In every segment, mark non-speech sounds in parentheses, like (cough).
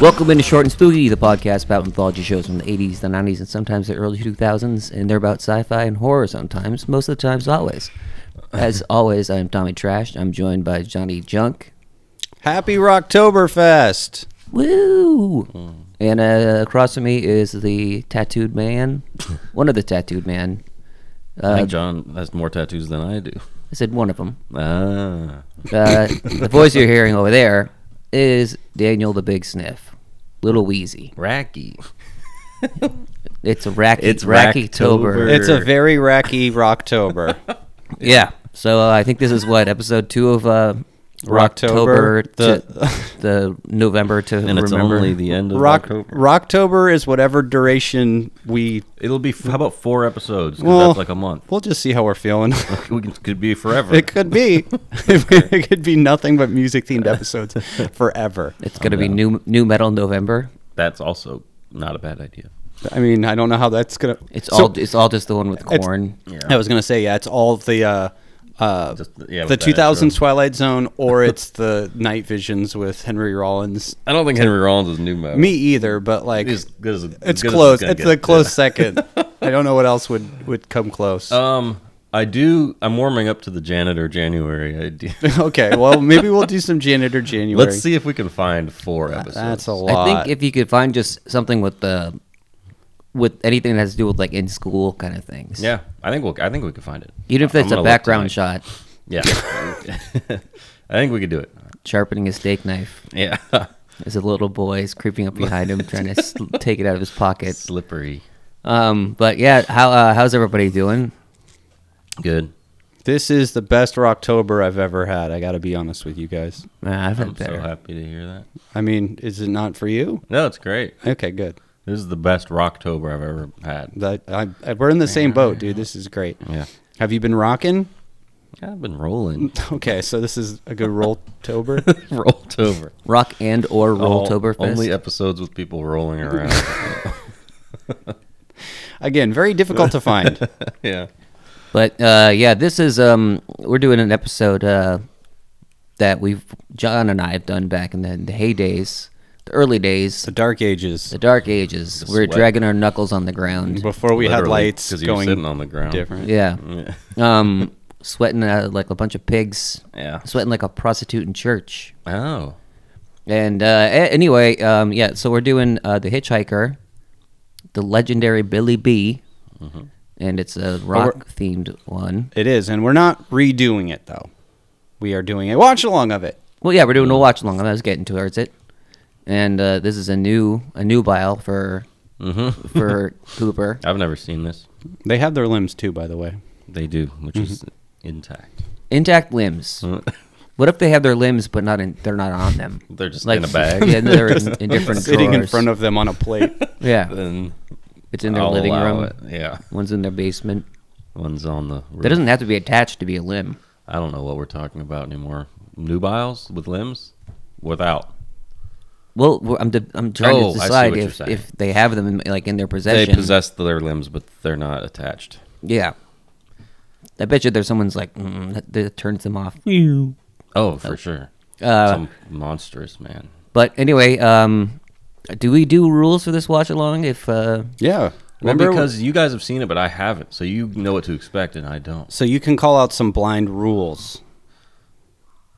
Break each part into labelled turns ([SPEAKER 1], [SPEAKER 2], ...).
[SPEAKER 1] Welcome into Short and Spooky, the podcast about anthology shows from the 80s, the 90s, and sometimes the early 2000s, and they're about sci-fi and horror sometimes, most of the times always.
[SPEAKER 2] (laughs)
[SPEAKER 1] As always, I'm Tommy Trash. I'm joined by Johnny Junk.
[SPEAKER 3] Happy Rocktoberfest.
[SPEAKER 2] Hmm.
[SPEAKER 1] Woo! And uh, across from me is the tattooed
[SPEAKER 2] (laughs)
[SPEAKER 1] man, one of the tattooed man.
[SPEAKER 2] I
[SPEAKER 1] Uh,
[SPEAKER 2] think John has more tattoos than I do.
[SPEAKER 1] I said one of them.
[SPEAKER 2] Ah.
[SPEAKER 1] Uh, the voice you're hearing over there is Daniel the Big Sniff, Little Wheezy.
[SPEAKER 2] Racky.
[SPEAKER 1] It's a racky,
[SPEAKER 2] It's
[SPEAKER 1] racky
[SPEAKER 2] Racktober.
[SPEAKER 1] tober.
[SPEAKER 3] It's a very racky
[SPEAKER 2] (laughs)
[SPEAKER 3] Rocktober.
[SPEAKER 1] Yeah. So uh, I think this is what episode two of uh,
[SPEAKER 3] Rocktober,
[SPEAKER 1] Rocktober
[SPEAKER 2] (laughs)
[SPEAKER 1] to the November to
[SPEAKER 2] And it's
[SPEAKER 1] remember.
[SPEAKER 2] only the end of
[SPEAKER 3] Rock
[SPEAKER 2] October.
[SPEAKER 3] Rocktober is whatever duration we.
[SPEAKER 2] It'll be, how about four episodes? 'Cause
[SPEAKER 3] Well-
[SPEAKER 2] that's like a month. (laughs)
[SPEAKER 3] We'll just see how we're feeling. (laughs)
[SPEAKER 2] We can, could be forever.
[SPEAKER 3] it could be. (laughs) it could be nothing but music themed episodes
[SPEAKER 2] (laughs)
[SPEAKER 3] forever.
[SPEAKER 1] it's going to be new new metal November.
[SPEAKER 2] that's also not a bad idea.
[SPEAKER 3] I mean, I don't know how that's gonna.
[SPEAKER 1] It's
[SPEAKER 3] So-
[SPEAKER 1] all it's all just the one with
[SPEAKER 3] It's-
[SPEAKER 1] corn.
[SPEAKER 3] I was gonna say yeah, it's all the. Uh, uh,
[SPEAKER 2] Just- yeah,
[SPEAKER 3] the
[SPEAKER 2] with that
[SPEAKER 3] 2000s
[SPEAKER 2] intro.
[SPEAKER 3] Twilight Zone, or it's the (laughs) Night Visions with Henry Rollins.
[SPEAKER 2] I don't think Henry Rollins is new metal.
[SPEAKER 3] Me either, but like
[SPEAKER 2] It's, it's,
[SPEAKER 3] It's close. It's a close second. (laughs) I don't know what else would would come close.
[SPEAKER 2] Um, I do. I'm warming up to the janitor January
[SPEAKER 3] (laughs)
[SPEAKER 2] idea.
[SPEAKER 3] (laughs) okay, well maybe we'll do some janitor January. Ah,
[SPEAKER 2] Let's see if we can find four episodes.
[SPEAKER 3] That's a
[SPEAKER 1] I
[SPEAKER 3] lot.
[SPEAKER 1] think if you could find just something with the with anything that has to do with like in school kind of things.
[SPEAKER 2] Yeah, I think we'll. I think we can find it.
[SPEAKER 1] Even if
[SPEAKER 2] I'm
[SPEAKER 1] that's
[SPEAKER 2] gonna
[SPEAKER 1] a
[SPEAKER 2] look
[SPEAKER 1] background
[SPEAKER 2] tonight.
[SPEAKER 1] shot,
[SPEAKER 2] Yeah, (laughs) I think we could do it.
[SPEAKER 1] sharpening a steak knife
[SPEAKER 2] (laughs) Yeah,
[SPEAKER 1] as a little boy is creeping up behind him trying
[SPEAKER 2] (laughs)
[SPEAKER 1] to sl- take it out of his pocket.
[SPEAKER 2] slippery.
[SPEAKER 1] Um, but yeah, how uh, how's everybody doing?
[SPEAKER 2] Good.
[SPEAKER 3] this is the best Rocktober I've ever had. I got to be honest with you guys.
[SPEAKER 1] Uh, I've had
[SPEAKER 2] I'm
[SPEAKER 1] better.
[SPEAKER 2] so happy to hear that.
[SPEAKER 3] I mean, is it not for you?
[SPEAKER 2] No, it's great.
[SPEAKER 3] Okay, good.
[SPEAKER 2] This is the best Rocktober I've ever had.
[SPEAKER 3] That I, I, we're in the same boat, dude. This is great.
[SPEAKER 2] Yeah,
[SPEAKER 3] Have you been rocking? (laughs)
[SPEAKER 2] I've been rolling.
[SPEAKER 3] Okay, so this is a good Rolltober.
[SPEAKER 2] (laughs) Rolltober.
[SPEAKER 1] Rock and or
[SPEAKER 2] (laughs) All-
[SPEAKER 1] Rolltoberfest.
[SPEAKER 2] Oh, Only episodes with people rolling around.
[SPEAKER 3] Again, very difficult to
[SPEAKER 2] (laughs)
[SPEAKER 3] find.
[SPEAKER 2] (laughs) yeah.
[SPEAKER 1] But uh, yeah, this is um, we're doing an episode uh, that we've John and I have done back in the, the heydays, the early days,
[SPEAKER 3] The Dark Ages.
[SPEAKER 1] the dark ages.
[SPEAKER 2] The
[SPEAKER 1] we're
[SPEAKER 2] sweat.
[SPEAKER 1] dragging our knuckles on the ground.
[SPEAKER 3] Before we had
[SPEAKER 2] Literally,
[SPEAKER 3] lights
[SPEAKER 2] 'cause you were
[SPEAKER 3] going
[SPEAKER 2] sitting on the ground.
[SPEAKER 3] different.
[SPEAKER 1] Yeah,
[SPEAKER 2] Yeah.
[SPEAKER 1] um, sweating uh, like a bunch of pigs,
[SPEAKER 2] Yeah.
[SPEAKER 1] sweating like a prostitute in church.
[SPEAKER 2] Oh. (laughs)
[SPEAKER 1] And uh, a- anyway, um, yeah, so we're doing uh, the Hitchhiker, the legendary Billy B,
[SPEAKER 2] Mm-hmm.
[SPEAKER 1] and it's
[SPEAKER 2] Oh,
[SPEAKER 1] a rock themed one.
[SPEAKER 3] It is, and we're not redoing it though. We are doing a watch along of it.
[SPEAKER 1] Well, yeah, we're doing a watch along. I was getting towards it, and uh, this is a new a new bile for
[SPEAKER 2] (laughs)
[SPEAKER 1] for Cooper.
[SPEAKER 2] I've never seen this.
[SPEAKER 3] They have their limbs too, by the way.
[SPEAKER 2] They do, which is (laughs) intact.
[SPEAKER 1] Intact limbs. What if they have their limbs but not in, they're not on them?
[SPEAKER 2] (laughs) They're just in a bag.
[SPEAKER 1] Yeah, they're
[SPEAKER 2] (laughs)
[SPEAKER 1] in, in different
[SPEAKER 3] Sitting in
[SPEAKER 1] drawers.
[SPEAKER 3] front of them on a plate.
[SPEAKER 1] Yeah,
[SPEAKER 2] Then
[SPEAKER 1] it's in their
[SPEAKER 2] I'll
[SPEAKER 1] living
[SPEAKER 2] allow
[SPEAKER 1] room.
[SPEAKER 2] it. Yeah.
[SPEAKER 1] One's in their basement.
[SPEAKER 2] One's on the roof.
[SPEAKER 1] That doesn't have to be attached to be a limb.
[SPEAKER 2] I don't know what we're talking about anymore. Nubiles with limbs? Without.
[SPEAKER 1] Well, we're- I'm de- I'm trying
[SPEAKER 2] Oh, I
[SPEAKER 1] to
[SPEAKER 2] see
[SPEAKER 1] decide
[SPEAKER 2] what you're
[SPEAKER 1] if,
[SPEAKER 2] saying.
[SPEAKER 1] if they have them in, like in their
[SPEAKER 2] They
[SPEAKER 1] possession.
[SPEAKER 2] possess their limbs, but they're not attached.
[SPEAKER 1] Yeah, I bet you there's someone's like mm, that, that turns them off.
[SPEAKER 2] Oh, for sure.
[SPEAKER 1] Uh,
[SPEAKER 2] Some monstrous man.
[SPEAKER 1] But anyway, um, do we do rules for this watch along? If uh,
[SPEAKER 3] Yeah.
[SPEAKER 2] well, because you guys have seen it, but I haven't, so you know what to expect, and I don't.
[SPEAKER 3] so you can call out some blind rules.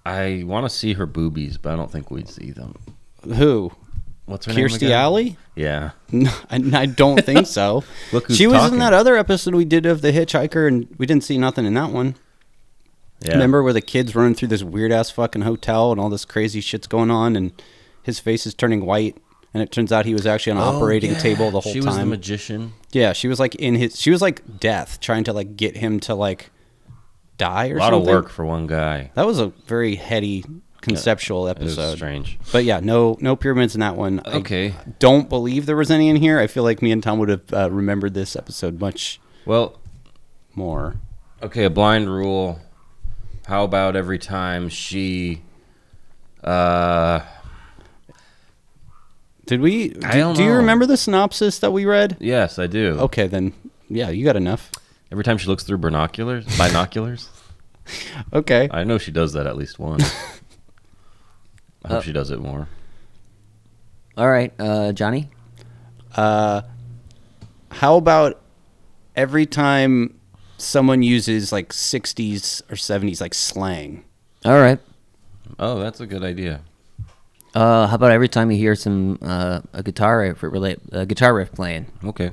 [SPEAKER 2] I want to see her boobies, but I don't think we'd see them.
[SPEAKER 3] Who?
[SPEAKER 2] What's her
[SPEAKER 3] Kirstie
[SPEAKER 2] name? again?
[SPEAKER 3] Alley?
[SPEAKER 2] Yeah.
[SPEAKER 3] No, I, I
[SPEAKER 2] (laughs)
[SPEAKER 3] don't think so.
[SPEAKER 2] Look who's
[SPEAKER 3] she was in
[SPEAKER 2] talking.
[SPEAKER 3] that other episode we did of The Hitchhiker, and we didn't see nothing in that one.
[SPEAKER 2] yeah.
[SPEAKER 3] Remember where the kid's running through this weird ass fucking hotel and all this crazy shit's going on, and his face is turning white, and it turns out he was actually on an
[SPEAKER 2] Oh,
[SPEAKER 3] operating
[SPEAKER 2] yeah.
[SPEAKER 3] table the whole
[SPEAKER 2] she
[SPEAKER 3] time.
[SPEAKER 2] was the magician.
[SPEAKER 3] Yeah, she was like in his. She was like death, trying to like get him to like die or
[SPEAKER 2] A lot
[SPEAKER 3] something.
[SPEAKER 2] of work for one guy.
[SPEAKER 3] That was a very heady conceptual
[SPEAKER 2] It was
[SPEAKER 3] episode.
[SPEAKER 2] strange.
[SPEAKER 3] But yeah, no, no pyramids in that one. I
[SPEAKER 2] Okay.
[SPEAKER 3] don't believe there was any in here. I feel like me and Tom would have uh, remembered this episode much
[SPEAKER 2] Well,
[SPEAKER 3] more.
[SPEAKER 2] okay, a blind rule. How about every time she? Uh,
[SPEAKER 3] Did we? Do,
[SPEAKER 2] I don't
[SPEAKER 3] do you
[SPEAKER 2] know.
[SPEAKER 3] remember the synopsis that we read?
[SPEAKER 2] yes, I do.
[SPEAKER 3] Okay, then. Yeah, you got enough.
[SPEAKER 2] Every time she looks through binoculars, binoculars.
[SPEAKER 3] Okay.
[SPEAKER 1] (laughs)
[SPEAKER 2] I
[SPEAKER 1] Uh,
[SPEAKER 2] know she does that at least once. I hope she does it more.
[SPEAKER 1] All right, uh, Johnny.
[SPEAKER 3] How about every time someone uses like 60s or 70s like slang?
[SPEAKER 1] All right.
[SPEAKER 2] Oh, that's a good idea.
[SPEAKER 1] Uh, how about every time you hear some uh, a guitar riff relate a guitar riff playing?
[SPEAKER 2] Okay.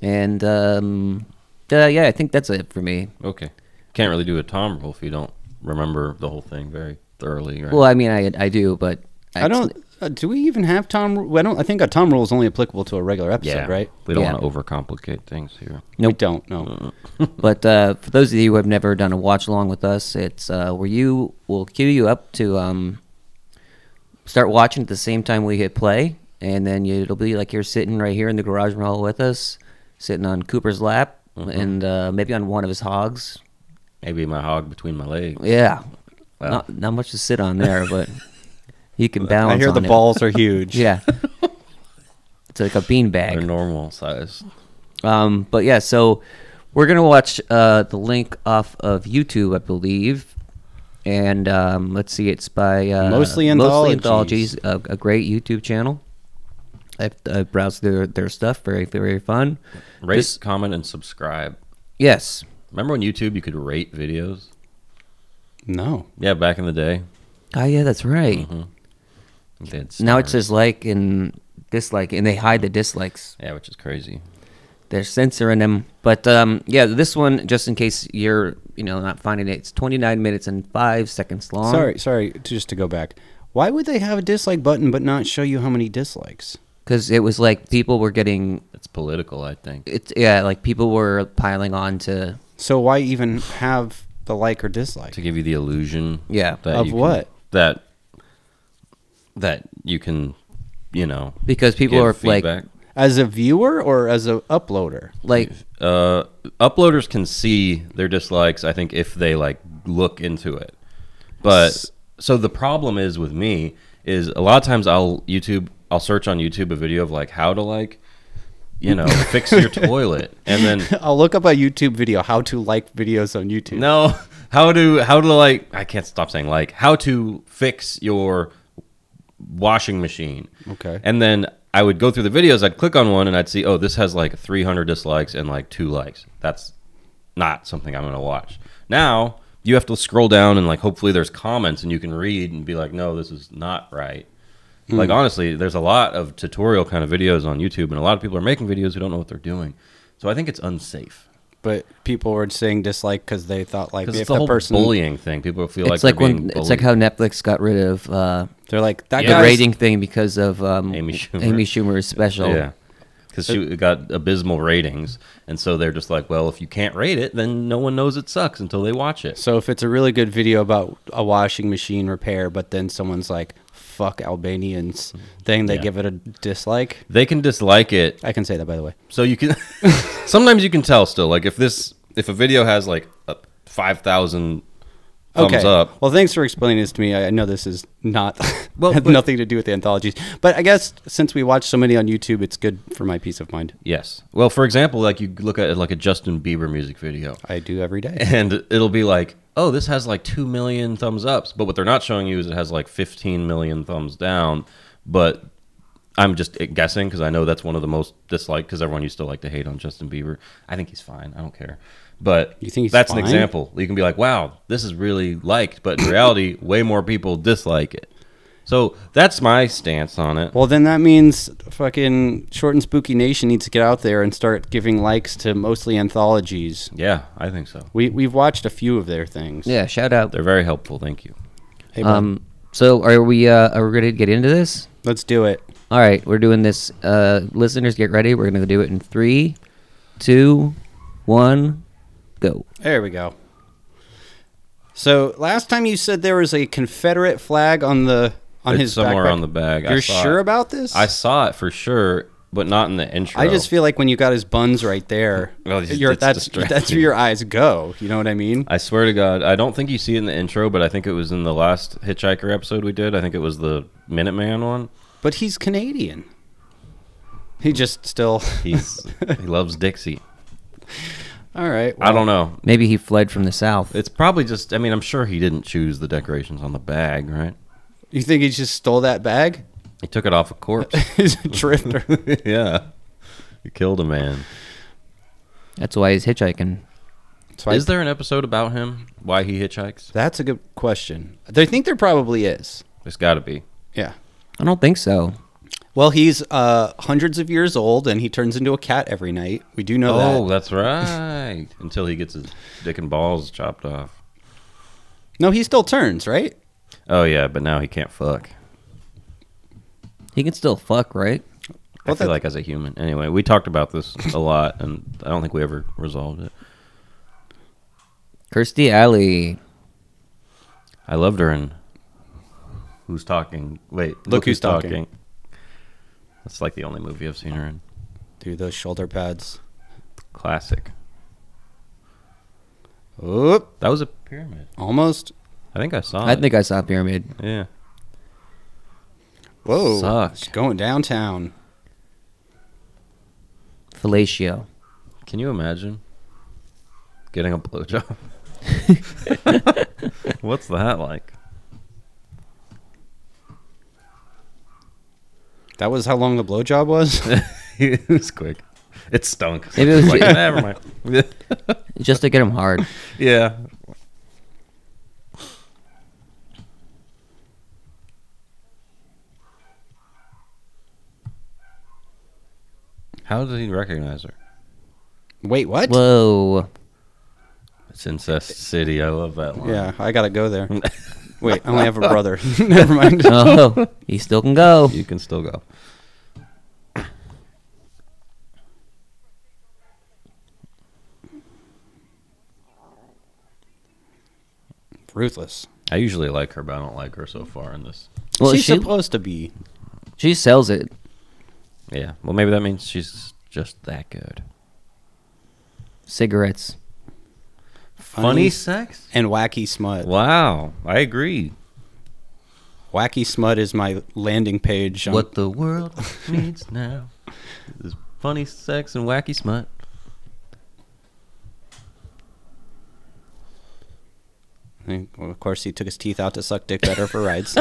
[SPEAKER 1] And um, uh, yeah, I think that's it for me.
[SPEAKER 2] Okay. Can't really do a Tom rule if you don't remember the whole thing very thoroughly. Right?
[SPEAKER 1] Well, I mean, I I do, but
[SPEAKER 3] I don't. Uh, do we even have Tom? Ru- I don't. I think a Tom rule is only applicable to a regular episode, right?
[SPEAKER 2] We don't
[SPEAKER 1] Yeah.
[SPEAKER 2] want to overcomplicate things here.
[SPEAKER 3] No, We don't. No.
[SPEAKER 1] But uh, for those of you who have never done a watch along with us, it's uh, where you will cue you up to um, start watching at the same time we hit play, and then you, it'll be like you're sitting right here in the garage and roll with us, sitting on Cooper's lap
[SPEAKER 3] Mm-hmm.
[SPEAKER 1] and uh, maybe on one of his hogs.
[SPEAKER 2] Maybe my hog between my legs.
[SPEAKER 1] Yeah,
[SPEAKER 2] Wow.
[SPEAKER 1] not not much to sit on
[SPEAKER 3] (laughs)
[SPEAKER 1] there, but you can balance.
[SPEAKER 3] I hear the
[SPEAKER 1] on it.
[SPEAKER 3] balls
[SPEAKER 2] (laughs)
[SPEAKER 3] are huge.
[SPEAKER 1] Yeah, it's like a beanbag.
[SPEAKER 2] They're normal size.
[SPEAKER 1] Um, but yeah, so we're gonna watch uh, the link off of YouTube, I believe. And um, let's see, it's by uh,
[SPEAKER 3] Mostly Anthologies.
[SPEAKER 1] Anthologies, a, a great YouTube channel. I've, I've browsed their their stuff, very very fun.
[SPEAKER 2] Rate,
[SPEAKER 1] This-
[SPEAKER 2] comment, and subscribe.
[SPEAKER 1] Yes,
[SPEAKER 2] Remember when YouTube you could rate videos?
[SPEAKER 3] No.
[SPEAKER 2] Yeah, back in the day.
[SPEAKER 1] oh yeah, that's right.
[SPEAKER 3] Mm-hmm.
[SPEAKER 2] They had
[SPEAKER 1] Now it
[SPEAKER 2] stars.
[SPEAKER 1] says like and dislike, and they hide the dislikes.
[SPEAKER 2] yeah, which is crazy.
[SPEAKER 1] They're censoring them. But um, yeah, this one, just in case you're you know not finding it, it's 29 minutes and five seconds long.
[SPEAKER 3] Sorry, sorry. to- Just to go back. Why would they have a dislike button but not show you how many dislikes?
[SPEAKER 1] because it was like people were getting
[SPEAKER 2] It's political, I think.
[SPEAKER 1] it's yeah, like people were piling on to
[SPEAKER 3] So why even have the like or dislike?
[SPEAKER 2] To give you the illusion
[SPEAKER 1] Yeah.
[SPEAKER 3] Of
[SPEAKER 2] you can-
[SPEAKER 3] what?
[SPEAKER 2] that that you can, you know,
[SPEAKER 1] because people
[SPEAKER 2] give
[SPEAKER 1] are
[SPEAKER 2] feedback.
[SPEAKER 3] As a viewer or as a uploader? (laughs)
[SPEAKER 1] like like
[SPEAKER 2] uh, uploaders can see their dislikes. I think if they like look into it, but
[SPEAKER 3] S-
[SPEAKER 2] so the problem is with me is a lot of times I'll YouTube I'll search on YouTube a video of like how to like you know
[SPEAKER 1] (laughs)
[SPEAKER 2] fix your toilet and then
[SPEAKER 3] I'll look up a YouTube video how to like videos on YouTube.
[SPEAKER 2] no (laughs) how to how to like I can't stop saying like how to fix your washing machine
[SPEAKER 3] Okay.
[SPEAKER 2] and then I would go through the videos I'd click on one and I'd see oh this has like 300 dislikes and like two likes that's not something I'm going to watch. Now you have to scroll down and like hopefully there's comments and you can read and be like, no, this is not right. Like honestly, there's a lot of tutorial kind of videos on YouTube and a lot of people are making videos who don't know what they're doing. So I think it's unsafe
[SPEAKER 3] But people were saying dislike because they thought like
[SPEAKER 2] because
[SPEAKER 3] if
[SPEAKER 2] it's the
[SPEAKER 3] the
[SPEAKER 2] whole
[SPEAKER 3] person
[SPEAKER 2] bullying thing. People feel
[SPEAKER 1] it's
[SPEAKER 2] like,
[SPEAKER 1] like
[SPEAKER 2] they're being
[SPEAKER 1] when it's like how
[SPEAKER 2] bullied.
[SPEAKER 1] Netflix got rid of uh,
[SPEAKER 3] they're like that
[SPEAKER 2] Yeah.
[SPEAKER 1] the
[SPEAKER 3] guy's
[SPEAKER 1] rating thing because of um,
[SPEAKER 2] Amy Schumer.
[SPEAKER 1] Amy Schumer's special.
[SPEAKER 2] yeah. Because she got abysmal ratings, and so they're just like, "Well, if you can't rate it, then no one knows it sucks until they watch it."
[SPEAKER 3] So if it's a really good video about a washing machine repair, but then someone's like "fuck Albanians," thing they
[SPEAKER 2] Yeah.
[SPEAKER 3] give it a dislike.
[SPEAKER 2] They can dislike it,
[SPEAKER 3] I can say that by the way.
[SPEAKER 2] so you can (laughs) sometimes you can tell still like if this if a video has like a 5000 thumbs up
[SPEAKER 3] Well, thanks for explaining this to me. I, I know this is not (laughs)
[SPEAKER 2] Well,
[SPEAKER 3] well,
[SPEAKER 2] but-
[SPEAKER 3] nothing to do with the anthologies, but I guess since we watch so many on YouTube, it's good for my peace of mind.
[SPEAKER 2] yes well for example like you look at like a justin bieber music video
[SPEAKER 3] I do every
[SPEAKER 2] (laughs)
[SPEAKER 3] day.
[SPEAKER 2] and it'll be like oh this has like 2 million thumbs ups but what they're not showing you is it has like 15 million thumbs down but i'm just guessing because i know that's one of the most disliked because everyone used to like to hate on justin bieber i think he's fine i don't care but
[SPEAKER 3] You think he's
[SPEAKER 2] that's an
[SPEAKER 3] fine?
[SPEAKER 2] example you can be like wow this is really liked but in reality way more people dislike it so that's my stance on it
[SPEAKER 3] Well, then that means fucking short and spooky nation needs to get out there and start giving likes to mostly anthologies.
[SPEAKER 2] yeah i think so
[SPEAKER 3] We we've watched a few of their things.
[SPEAKER 1] yeah. Shout out.
[SPEAKER 2] they're very helpful thank you
[SPEAKER 3] Hey, bud,
[SPEAKER 1] Um, so are we uh, are we ready to get into this?
[SPEAKER 3] let's do it.
[SPEAKER 1] All right, we're doing this. Uh, listeners, get ready. We're gonna do it in three, two, one, go.
[SPEAKER 3] There we go. So last time you said there was a Confederate flag on the on
[SPEAKER 2] It's
[SPEAKER 3] his
[SPEAKER 2] somewhere
[SPEAKER 3] backpack.
[SPEAKER 2] on the bag. I
[SPEAKER 3] You're
[SPEAKER 2] saw
[SPEAKER 3] sure
[SPEAKER 2] it.
[SPEAKER 3] about this?
[SPEAKER 2] i saw it for sure but not in the intro
[SPEAKER 3] I just feel like when you got his buns right there,
[SPEAKER 2] (laughs) Well, it's-
[SPEAKER 3] your
[SPEAKER 2] it's
[SPEAKER 3] that's that's
[SPEAKER 2] distracting.
[SPEAKER 3] where your eyes go. You know what I mean?
[SPEAKER 2] I swear to God, I don't think you see it in the intro, but I think it was in the last Hitchhiker episode we did. I think it was the Minuteman one.
[SPEAKER 3] But he's Canadian. He just still.
[SPEAKER 2] He's he loves Dixie.
[SPEAKER 3] (laughs) All right.
[SPEAKER 2] I don't know.
[SPEAKER 1] Maybe he fled from the south.
[SPEAKER 2] It's probably just. I mean, I'm sure he didn't choose the decorations on the bag, right?
[SPEAKER 3] You think he just stole that bag? (laughs)
[SPEAKER 2] He took it off a corpse.
[SPEAKER 3] He's a drifter.
[SPEAKER 2] yeah. He killed a man.
[SPEAKER 1] That's why he's hitchhiking.
[SPEAKER 3] So I-
[SPEAKER 2] (laughs) Is there an episode about him? Why he hitchhikes?
[SPEAKER 3] That's a good question. I think there probably is.
[SPEAKER 2] There's got to be.
[SPEAKER 3] Yeah.
[SPEAKER 1] I don't think so.
[SPEAKER 3] Well, he's uh, hundreds of years old, and he turns into a cat every night. We do know
[SPEAKER 2] Oh,
[SPEAKER 3] that. (laughs)
[SPEAKER 2] that's right. Until he gets his dick and balls chopped off.
[SPEAKER 3] No, he still turns, right?
[SPEAKER 2] Oh yeah, but now he can't fuck.
[SPEAKER 1] He can still fuck, right?
[SPEAKER 3] Well,
[SPEAKER 2] I feel
[SPEAKER 3] that-
[SPEAKER 2] like as a human. Anyway, we talked about this a lot, and I don't think we ever resolved it.
[SPEAKER 1] Kirstie Alley.
[SPEAKER 2] I loved her in Who's Talking. Wait, Look,
[SPEAKER 3] Who's
[SPEAKER 2] Who's,
[SPEAKER 3] Talking.
[SPEAKER 2] talking. That's like the only movie I've seen her in.
[SPEAKER 3] Dude, those shoulder pads.
[SPEAKER 2] Classic.
[SPEAKER 3] Oop,
[SPEAKER 2] That was a pyramid.
[SPEAKER 3] almost.
[SPEAKER 2] I think I saw
[SPEAKER 1] I
[SPEAKER 2] it.
[SPEAKER 1] think I saw Pyramid.
[SPEAKER 2] Yeah.
[SPEAKER 3] Whoa.
[SPEAKER 2] Sucked.
[SPEAKER 3] She's going downtown.
[SPEAKER 1] Fellatio.
[SPEAKER 2] Can you imagine getting a blowjob? (laughs) What's that like?
[SPEAKER 3] That was how long the blowjob was?
[SPEAKER 2] it was quick. It stunk.
[SPEAKER 1] Maybe it was-
[SPEAKER 2] Like, never mind.
[SPEAKER 1] Just to get him hard.
[SPEAKER 2] yeah. How did he recognize her?
[SPEAKER 3] Wait, what?
[SPEAKER 2] (laughs)
[SPEAKER 1] Whoa.
[SPEAKER 2] It's Incest City. I love that line.
[SPEAKER 3] yeah, I gotta go there. Wait, I only have a brother. (laughs) Never mind.
[SPEAKER 1] Oh, he still can go.
[SPEAKER 2] You can still go.
[SPEAKER 3] Ruthless.
[SPEAKER 2] I usually like her, but I don't like her so far in this.
[SPEAKER 1] Well,
[SPEAKER 3] She's
[SPEAKER 1] she,
[SPEAKER 3] supposed to be.
[SPEAKER 1] she sells it.
[SPEAKER 2] Yeah. Well, maybe that means she's just that good.
[SPEAKER 1] Cigarettes.
[SPEAKER 3] Funny.
[SPEAKER 2] sex?
[SPEAKER 3] And wacky smut.
[SPEAKER 2] Wow. I agree.
[SPEAKER 3] Wacky smut is my landing page. on-
[SPEAKER 2] What the (laughs) world needs now is funny sex and wacky smut.
[SPEAKER 3] Well, of course, he took his teeth out to suck dick better for rides.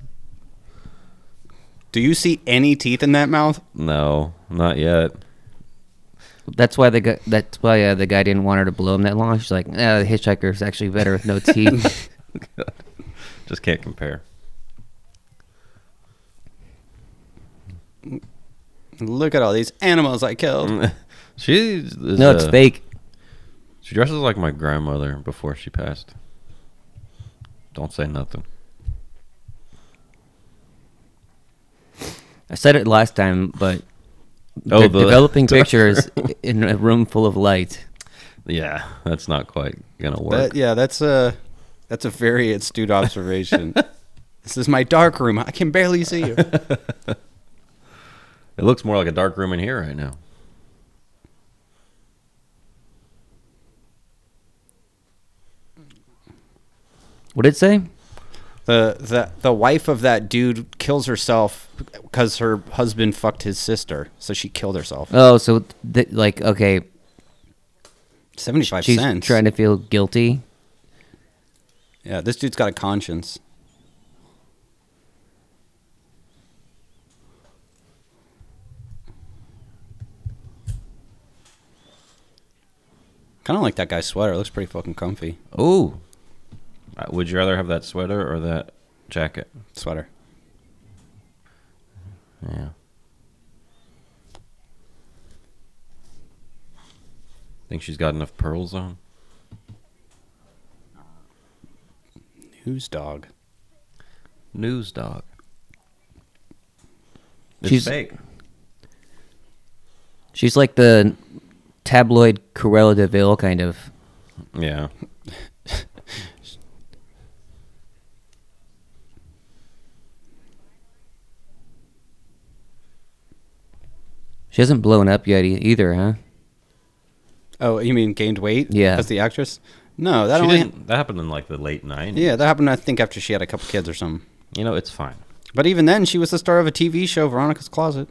[SPEAKER 3] (laughs) Do you see any teeth in that mouth?
[SPEAKER 2] No, not yet.
[SPEAKER 1] That's why the guy. That's why uh, the guy didn't want her to blow him that long. She's like, nah, the hitchhiker is actually better with no
[SPEAKER 2] (laughs)
[SPEAKER 1] teeth.
[SPEAKER 2] Just
[SPEAKER 1] (laughs)
[SPEAKER 2] can't compare.
[SPEAKER 3] Look at all these animals I killed.
[SPEAKER 2] She is,
[SPEAKER 1] no, it's
[SPEAKER 2] uh,
[SPEAKER 1] fake.
[SPEAKER 2] She dresses like my grandmother before she passed. Don't say nothing.
[SPEAKER 1] I said it last time, but
[SPEAKER 2] Oh,
[SPEAKER 1] de-
[SPEAKER 2] (laughs) the-
[SPEAKER 1] developing pictures in a room full of light.
[SPEAKER 2] Yeah, that's not quite gonna work.
[SPEAKER 3] That, yeah, that's a that's a very astute (laughs) observation. this is my dark room. I can barely see (laughs) you.
[SPEAKER 2] It looks more like a dark room in here right now.
[SPEAKER 1] What did it say?
[SPEAKER 3] the the The wife of that dude kills herself because her husband fucked his sister, so she killed herself.
[SPEAKER 1] Oh, so th- like okay,
[SPEAKER 3] Seventy five
[SPEAKER 1] she's
[SPEAKER 3] cents.
[SPEAKER 1] trying to feel guilty.
[SPEAKER 3] yeah, this dude's got a conscience. Kind of like that guy's sweater. It looks pretty fucking comfy.
[SPEAKER 2] Oh, Uh, would you rather have that sweater or that jacket?
[SPEAKER 3] Sweater.
[SPEAKER 2] Yeah. Think she's got enough pearls on?
[SPEAKER 3] Whose dog?
[SPEAKER 2] News dog. It's
[SPEAKER 1] She's-
[SPEAKER 2] fake.
[SPEAKER 1] She's like the tabloid Corella Deville kind of.
[SPEAKER 2] Yeah.
[SPEAKER 1] She hasn't blown up yet e- either, huh?
[SPEAKER 3] Oh, you mean gained weight?
[SPEAKER 1] Yeah.
[SPEAKER 3] As the actress? No, that
[SPEAKER 2] She
[SPEAKER 3] only.
[SPEAKER 2] didn't, that happened in like the late 90s.
[SPEAKER 3] Yeah, that happened. I think after she had a couple kids or something.
[SPEAKER 2] You know, it's fine.
[SPEAKER 3] But even then, she was the star of a TV show, Veronica's Closet.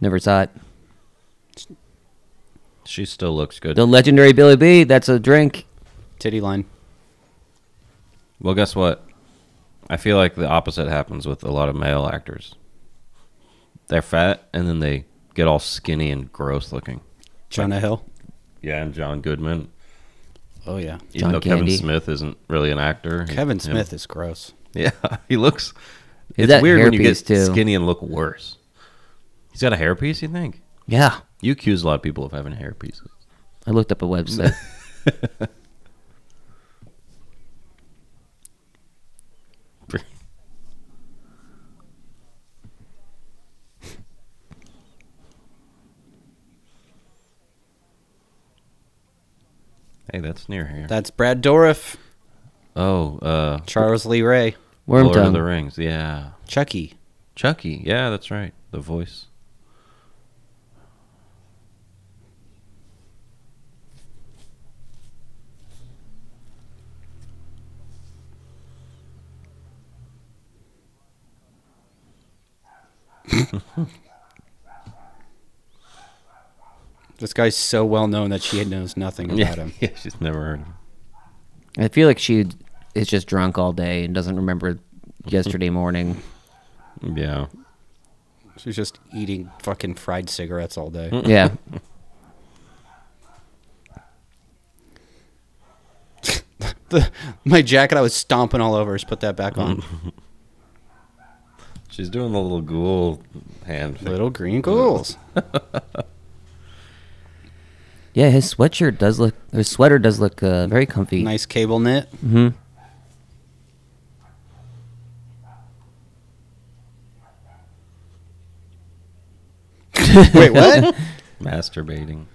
[SPEAKER 1] Never saw it.
[SPEAKER 2] She still looks good.
[SPEAKER 1] The legendary Billy B. That's a drink.
[SPEAKER 3] Titty line.
[SPEAKER 2] well, guess what? I feel like the opposite happens with a lot of male actors. They're fat and then they get all skinny and gross looking.
[SPEAKER 3] Jonah Hill.
[SPEAKER 2] Yeah, and John Goodman.
[SPEAKER 3] Oh yeah.
[SPEAKER 2] Even
[SPEAKER 1] John
[SPEAKER 2] though
[SPEAKER 1] Candy.
[SPEAKER 2] Kevin Smith isn't really an actor. he-
[SPEAKER 3] Kevin
[SPEAKER 2] you know,
[SPEAKER 3] Smith is gross.
[SPEAKER 2] (laughs) Yeah, he looks.
[SPEAKER 1] He's
[SPEAKER 2] It's
[SPEAKER 1] got
[SPEAKER 2] weird when you get
[SPEAKER 1] hairpiece, too.
[SPEAKER 2] skinny and look worse. He's got a hairpiece. You think
[SPEAKER 1] Yeah.
[SPEAKER 2] you accuse a lot of people of having hairpieces?
[SPEAKER 1] I looked up a
[SPEAKER 2] (laughs)
[SPEAKER 1] website.
[SPEAKER 2] Hey, that's near here.
[SPEAKER 3] That's Brad Dourif,
[SPEAKER 2] oh, uh,
[SPEAKER 3] Charles Lee Ray,
[SPEAKER 1] Worm
[SPEAKER 2] Lord of the
[SPEAKER 1] tongue.
[SPEAKER 2] Rings. Yeah,
[SPEAKER 3] Chucky.
[SPEAKER 2] Chucky. Yeah, that's right. The voice.
[SPEAKER 3] This guy's so well known that she knows nothing about
[SPEAKER 2] Yeah,
[SPEAKER 3] him.
[SPEAKER 2] (laughs) yeah, she's never heard of him.
[SPEAKER 1] I feel like she is just drunk all day and doesn't remember
[SPEAKER 2] (laughs)
[SPEAKER 1] yesterday morning.
[SPEAKER 2] Yeah,
[SPEAKER 3] She's just eating fucking fried cigarettes all day.
[SPEAKER 1] Yeah.
[SPEAKER 3] The, (laughs) my jacket I was stomping all over. Just put that back on.
[SPEAKER 2] she's doing the little ghoul hand. thing.
[SPEAKER 3] Little green ghouls.
[SPEAKER 1] Yeah, his sweatshirt does look, his sweater does look uh, very comfy.
[SPEAKER 3] Nice cable
[SPEAKER 2] (laughs)
[SPEAKER 3] knit.
[SPEAKER 1] Mm-hmm.
[SPEAKER 3] Wait, what?
[SPEAKER 2] masturbating.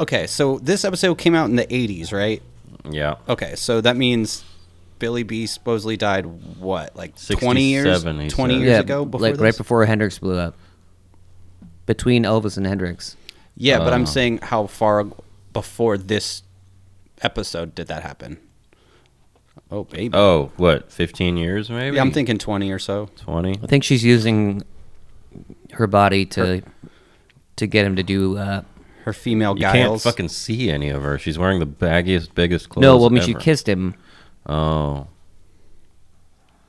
[SPEAKER 3] okay, so this episode came out in the 80s, right?
[SPEAKER 2] Yeah,
[SPEAKER 3] Okay, so that means Billy B supposedly died what, like 20 years,
[SPEAKER 2] 67, he
[SPEAKER 3] 20
[SPEAKER 2] said.
[SPEAKER 3] years
[SPEAKER 1] yeah,
[SPEAKER 3] ago before
[SPEAKER 1] like
[SPEAKER 3] this?
[SPEAKER 1] right before Hendrix blew up. Between Elvis and Hendrix.
[SPEAKER 3] Yeah, but
[SPEAKER 2] Oh.
[SPEAKER 3] I'm saying how far before this episode did that happen? Oh, baby.
[SPEAKER 2] Oh, what? Fifteen years, maybe.
[SPEAKER 3] yeah, I'm thinking 20 or so.
[SPEAKER 2] twenty.
[SPEAKER 1] I think she's using her body to to get him to do. Uh,
[SPEAKER 3] Her female
[SPEAKER 2] You can't
[SPEAKER 3] guiles.
[SPEAKER 2] fucking see any of her. She's wearing the baggiest, biggest clothes.
[SPEAKER 1] no, well, I mean, she
[SPEAKER 2] ever.
[SPEAKER 1] kissed him.
[SPEAKER 2] Oh,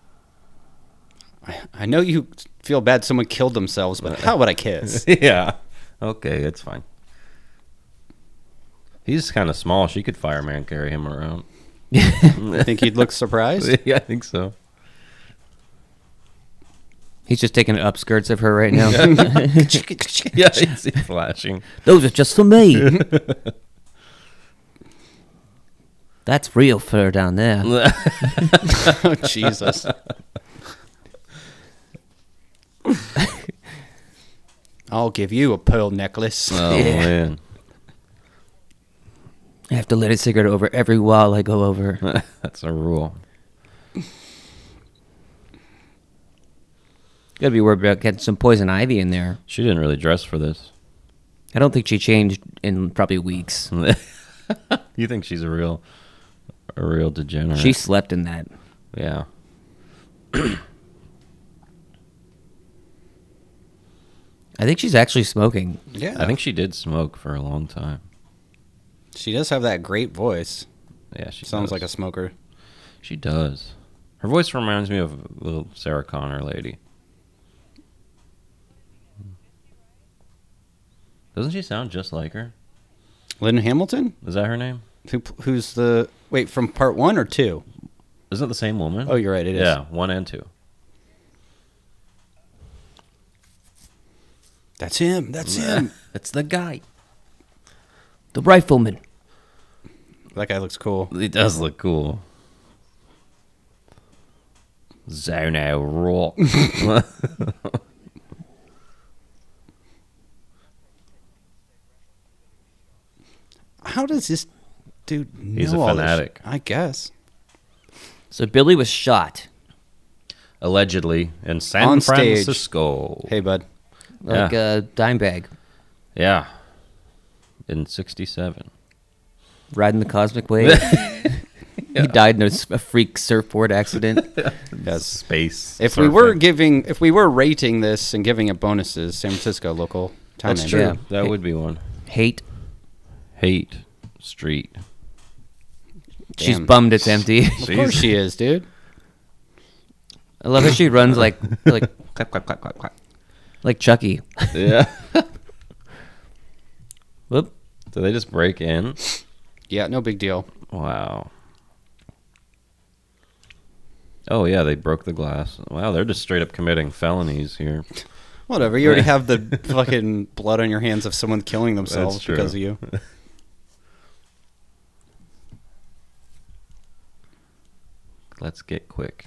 [SPEAKER 2] (laughs)
[SPEAKER 3] I know you feel bad someone killed themselves, but how would I kiss?
[SPEAKER 2] yeah. Okay, it's fine. He's kind of small. She could fireman carry him around.
[SPEAKER 3] I think you'd look surprised.
[SPEAKER 2] (laughs)
[SPEAKER 3] (laughs)
[SPEAKER 2] yeah, I think so.
[SPEAKER 1] He's just taking upskirts of her right now.
[SPEAKER 2] Yeah, he's he's flashing.
[SPEAKER 1] (laughs) Those are just for me. That's real fur down there.
[SPEAKER 3] oh, Jesus. I'll give you a pearl necklace.
[SPEAKER 2] Oh man, (laughs)
[SPEAKER 1] I have to lit a cigarette over every wall I go over.
[SPEAKER 2] that's a rule.
[SPEAKER 1] Gotta be worried about getting some poison ivy in there.
[SPEAKER 2] She didn't really dress for this.
[SPEAKER 1] I don't think she changed in probably weeks.
[SPEAKER 2] you think she's a real, a real degenerate?
[SPEAKER 1] She slept in that.
[SPEAKER 2] yeah.
[SPEAKER 1] I think she's actually smoking.
[SPEAKER 3] yeah.
[SPEAKER 2] I think she did smoke for a long time.
[SPEAKER 3] she does have that great voice.
[SPEAKER 2] Yeah, she
[SPEAKER 3] Sounds
[SPEAKER 2] does.
[SPEAKER 3] like a smoker.
[SPEAKER 2] She does. Her voice reminds me of little Sarah Connor lady. Doesn't she sound just like her?
[SPEAKER 3] Lynn Hamilton?
[SPEAKER 2] Is that her name?
[SPEAKER 3] Who, who's the. Wait, from part one or two?
[SPEAKER 2] Isn't it the same woman?
[SPEAKER 3] Oh, you're right. It is.
[SPEAKER 2] yeah, one and two.
[SPEAKER 3] That's him. That's him.
[SPEAKER 2] It's the guy.
[SPEAKER 1] The rifleman.
[SPEAKER 3] That guy looks cool.
[SPEAKER 2] He does look cool. Zono
[SPEAKER 3] (laughs)
[SPEAKER 2] rock.
[SPEAKER 3] How does this dude know
[SPEAKER 2] He's a
[SPEAKER 3] all this?
[SPEAKER 2] fanatic.
[SPEAKER 3] I guess.
[SPEAKER 1] So Billy was shot.
[SPEAKER 2] Allegedly in San
[SPEAKER 3] On stage.
[SPEAKER 2] Francisco.
[SPEAKER 3] Hey, bud.
[SPEAKER 1] Like
[SPEAKER 2] Yeah.
[SPEAKER 1] a dime bag.
[SPEAKER 2] Yeah. In 67.
[SPEAKER 1] Riding the cosmic wave. (laughs) He died in a, s- a freak surfboard accident.
[SPEAKER 3] Yes.
[SPEAKER 2] Space.
[SPEAKER 3] If we were
[SPEAKER 2] surfing.
[SPEAKER 3] giving, if we were rating this and giving it bonuses, San Francisco local time.
[SPEAKER 2] That's
[SPEAKER 3] name.
[SPEAKER 2] true.
[SPEAKER 1] Yeah.
[SPEAKER 2] That
[SPEAKER 1] Hey.
[SPEAKER 2] would be one.
[SPEAKER 1] Hate.
[SPEAKER 2] Hate.
[SPEAKER 3] (laughs)
[SPEAKER 2] street.
[SPEAKER 1] She's
[SPEAKER 3] Damn.
[SPEAKER 1] bummed it's empty. (laughs)
[SPEAKER 3] Of course she is, dude.
[SPEAKER 1] I love how she runs
[SPEAKER 2] (laughs)
[SPEAKER 1] like like
[SPEAKER 2] Clap, clap, clap, clap, clap.
[SPEAKER 1] like Chucky.
[SPEAKER 3] (laughs)
[SPEAKER 2] Yeah.
[SPEAKER 1] Whoop.
[SPEAKER 2] so they just break in.
[SPEAKER 3] Yeah, no big deal.
[SPEAKER 2] Wow. Oh yeah, they broke the glass. Wow, they're just straight up committing felonies here.
[SPEAKER 3] Whatever. You already have
[SPEAKER 2] (laughs)
[SPEAKER 3] the fucking blood on your hands of someone killing themselves
[SPEAKER 2] true.
[SPEAKER 3] because of you.
[SPEAKER 2] Let's get quick.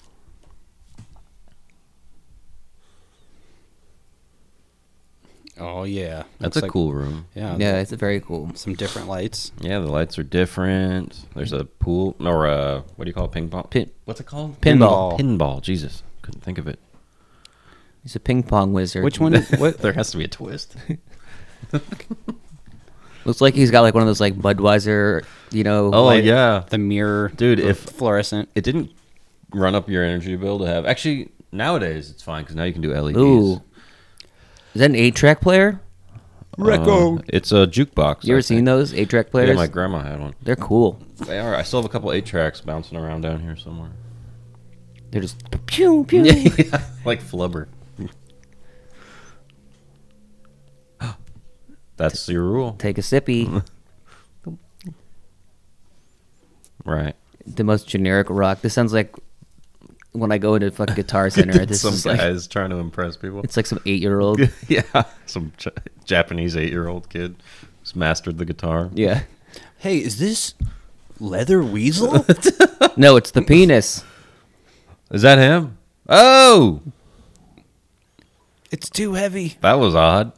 [SPEAKER 3] Oh yeah, Looks
[SPEAKER 2] That's a
[SPEAKER 3] like-
[SPEAKER 2] cool room.
[SPEAKER 3] Yeah,
[SPEAKER 1] Yeah, it's very cool.
[SPEAKER 3] Some different lights.
[SPEAKER 2] Yeah, the lights are different. There's a pool or a what do you call it? Ping pong.
[SPEAKER 1] Pin-
[SPEAKER 2] What's it called?
[SPEAKER 1] Pinball.
[SPEAKER 2] Pinball. Jesus, couldn't think of it.
[SPEAKER 1] He's a ping pong wizard.
[SPEAKER 3] Which one?
[SPEAKER 2] (laughs)
[SPEAKER 3] What? (laughs)
[SPEAKER 2] There has to be a twist.
[SPEAKER 1] Looks like he's got like one of those like Budweiser, you know.
[SPEAKER 2] oh
[SPEAKER 1] like-
[SPEAKER 2] yeah,
[SPEAKER 3] The mirror,
[SPEAKER 2] Dude,
[SPEAKER 3] the
[SPEAKER 2] if-
[SPEAKER 3] fluorescent.
[SPEAKER 2] it didn't run up your energy bill to have. Actually, nowadays it's fine because now you can do E LEDs.
[SPEAKER 1] Ooh. Is that an eight track player?
[SPEAKER 2] Uh, it's a jukebox.
[SPEAKER 1] You
[SPEAKER 2] I
[SPEAKER 1] ever seen
[SPEAKER 2] think.
[SPEAKER 1] those eight track players?
[SPEAKER 2] Yeah, my grandma had one.
[SPEAKER 1] They're cool.
[SPEAKER 2] They are. I still have a couple eight tracks bouncing around down
[SPEAKER 1] (laughs)
[SPEAKER 2] here somewhere.
[SPEAKER 1] They're just pew pew.
[SPEAKER 2] yeah, (laughs) like
[SPEAKER 1] (gasps)
[SPEAKER 2] flubber. That's your rule,
[SPEAKER 1] (laughs) Take a
[SPEAKER 2] (laughs)
[SPEAKER 1] sippy.
[SPEAKER 2] right?
[SPEAKER 1] the most generic rock. This sounds like when I go into fucking
[SPEAKER 2] (laughs)
[SPEAKER 1] Guitar Center. this
[SPEAKER 2] some
[SPEAKER 1] is
[SPEAKER 2] guy
[SPEAKER 1] like
[SPEAKER 2] is trying to impress people.
[SPEAKER 1] it's like some eight year old.
[SPEAKER 2] (laughs) yeah, some J- Japanese eight-year-old kid who's mastered the guitar.
[SPEAKER 1] yeah.
[SPEAKER 3] Hey, is this leather (laughs) weasel?
[SPEAKER 1] No, it's the penis.
[SPEAKER 2] Is that him? Oh,
[SPEAKER 3] it's too heavy.
[SPEAKER 2] that was odd.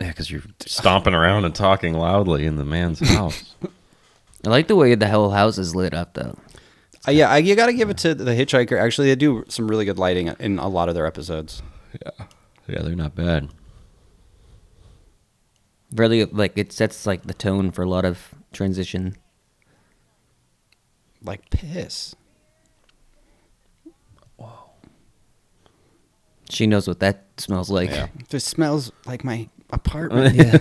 [SPEAKER 2] Yeah, because you're stomping around and talking loudly in the
[SPEAKER 1] (laughs)
[SPEAKER 2] man's house.
[SPEAKER 1] I like the way the whole house is lit up though.
[SPEAKER 3] Uh, yeah, I, you got to give it to the hitchhiker. Actually, they do some really good lighting in a lot of their episodes.
[SPEAKER 2] yeah, they're not
[SPEAKER 1] (laughs)
[SPEAKER 2] bad.
[SPEAKER 1] Really, like it sets like the tone for a lot of transition.
[SPEAKER 3] Like piss.
[SPEAKER 1] She knows what that smells like. (laughs)
[SPEAKER 3] Yeah, this smells like my apartment.
[SPEAKER 1] Yeah.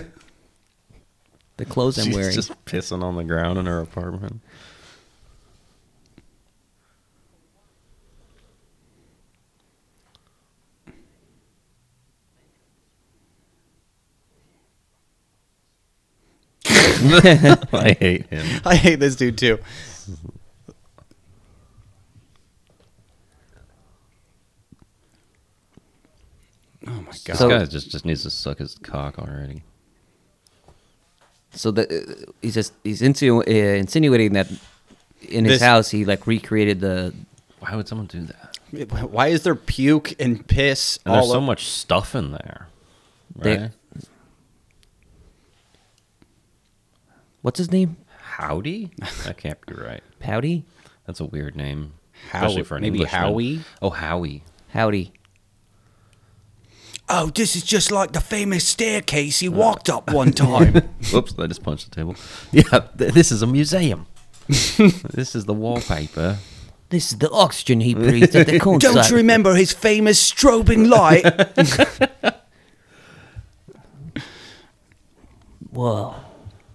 [SPEAKER 1] the clothes I'm
[SPEAKER 2] She's
[SPEAKER 1] wearing.
[SPEAKER 2] just pissing on the ground in her apartment.
[SPEAKER 1] (laughs)
[SPEAKER 2] (laughs) I hate him.
[SPEAKER 3] (laughs) I hate this dude too. Oh my god!
[SPEAKER 1] So-
[SPEAKER 2] this guy just, just needs to suck his cock already.
[SPEAKER 1] So the, uh, he's just he's insinu- uh, insinuating that in his
[SPEAKER 3] This-
[SPEAKER 1] house he like recreated the
[SPEAKER 2] Why would someone do that?
[SPEAKER 3] Why is there puke and piss
[SPEAKER 2] And
[SPEAKER 3] all
[SPEAKER 2] there's so
[SPEAKER 3] over-
[SPEAKER 2] much stuff in there.
[SPEAKER 1] They-
[SPEAKER 2] Right?
[SPEAKER 1] what's his name
[SPEAKER 3] (laughs)
[SPEAKER 2] Howdy? That can't be right.
[SPEAKER 1] Powdy
[SPEAKER 2] That's a weird name.
[SPEAKER 3] How-
[SPEAKER 2] especially for an
[SPEAKER 3] maybe
[SPEAKER 2] Englishman.
[SPEAKER 3] Howie?
[SPEAKER 2] Oh,
[SPEAKER 3] (laughs)
[SPEAKER 2] Howie.
[SPEAKER 1] Howdy.
[SPEAKER 3] Oh, this is just like the famous staircase
[SPEAKER 2] Uh,
[SPEAKER 3] he walked up
[SPEAKER 2] (laughs)
[SPEAKER 3] one time.
[SPEAKER 2] Whoops, I just punched the table. (laughs) Yeah, th- this is a
[SPEAKER 3] (laughs)
[SPEAKER 2] museum. this is the wallpaper.
[SPEAKER 1] This is the oxygen he breathed at the concert.
[SPEAKER 3] Don't you remember his famous strobing light?
[SPEAKER 2] (laughs)
[SPEAKER 1] Whoa.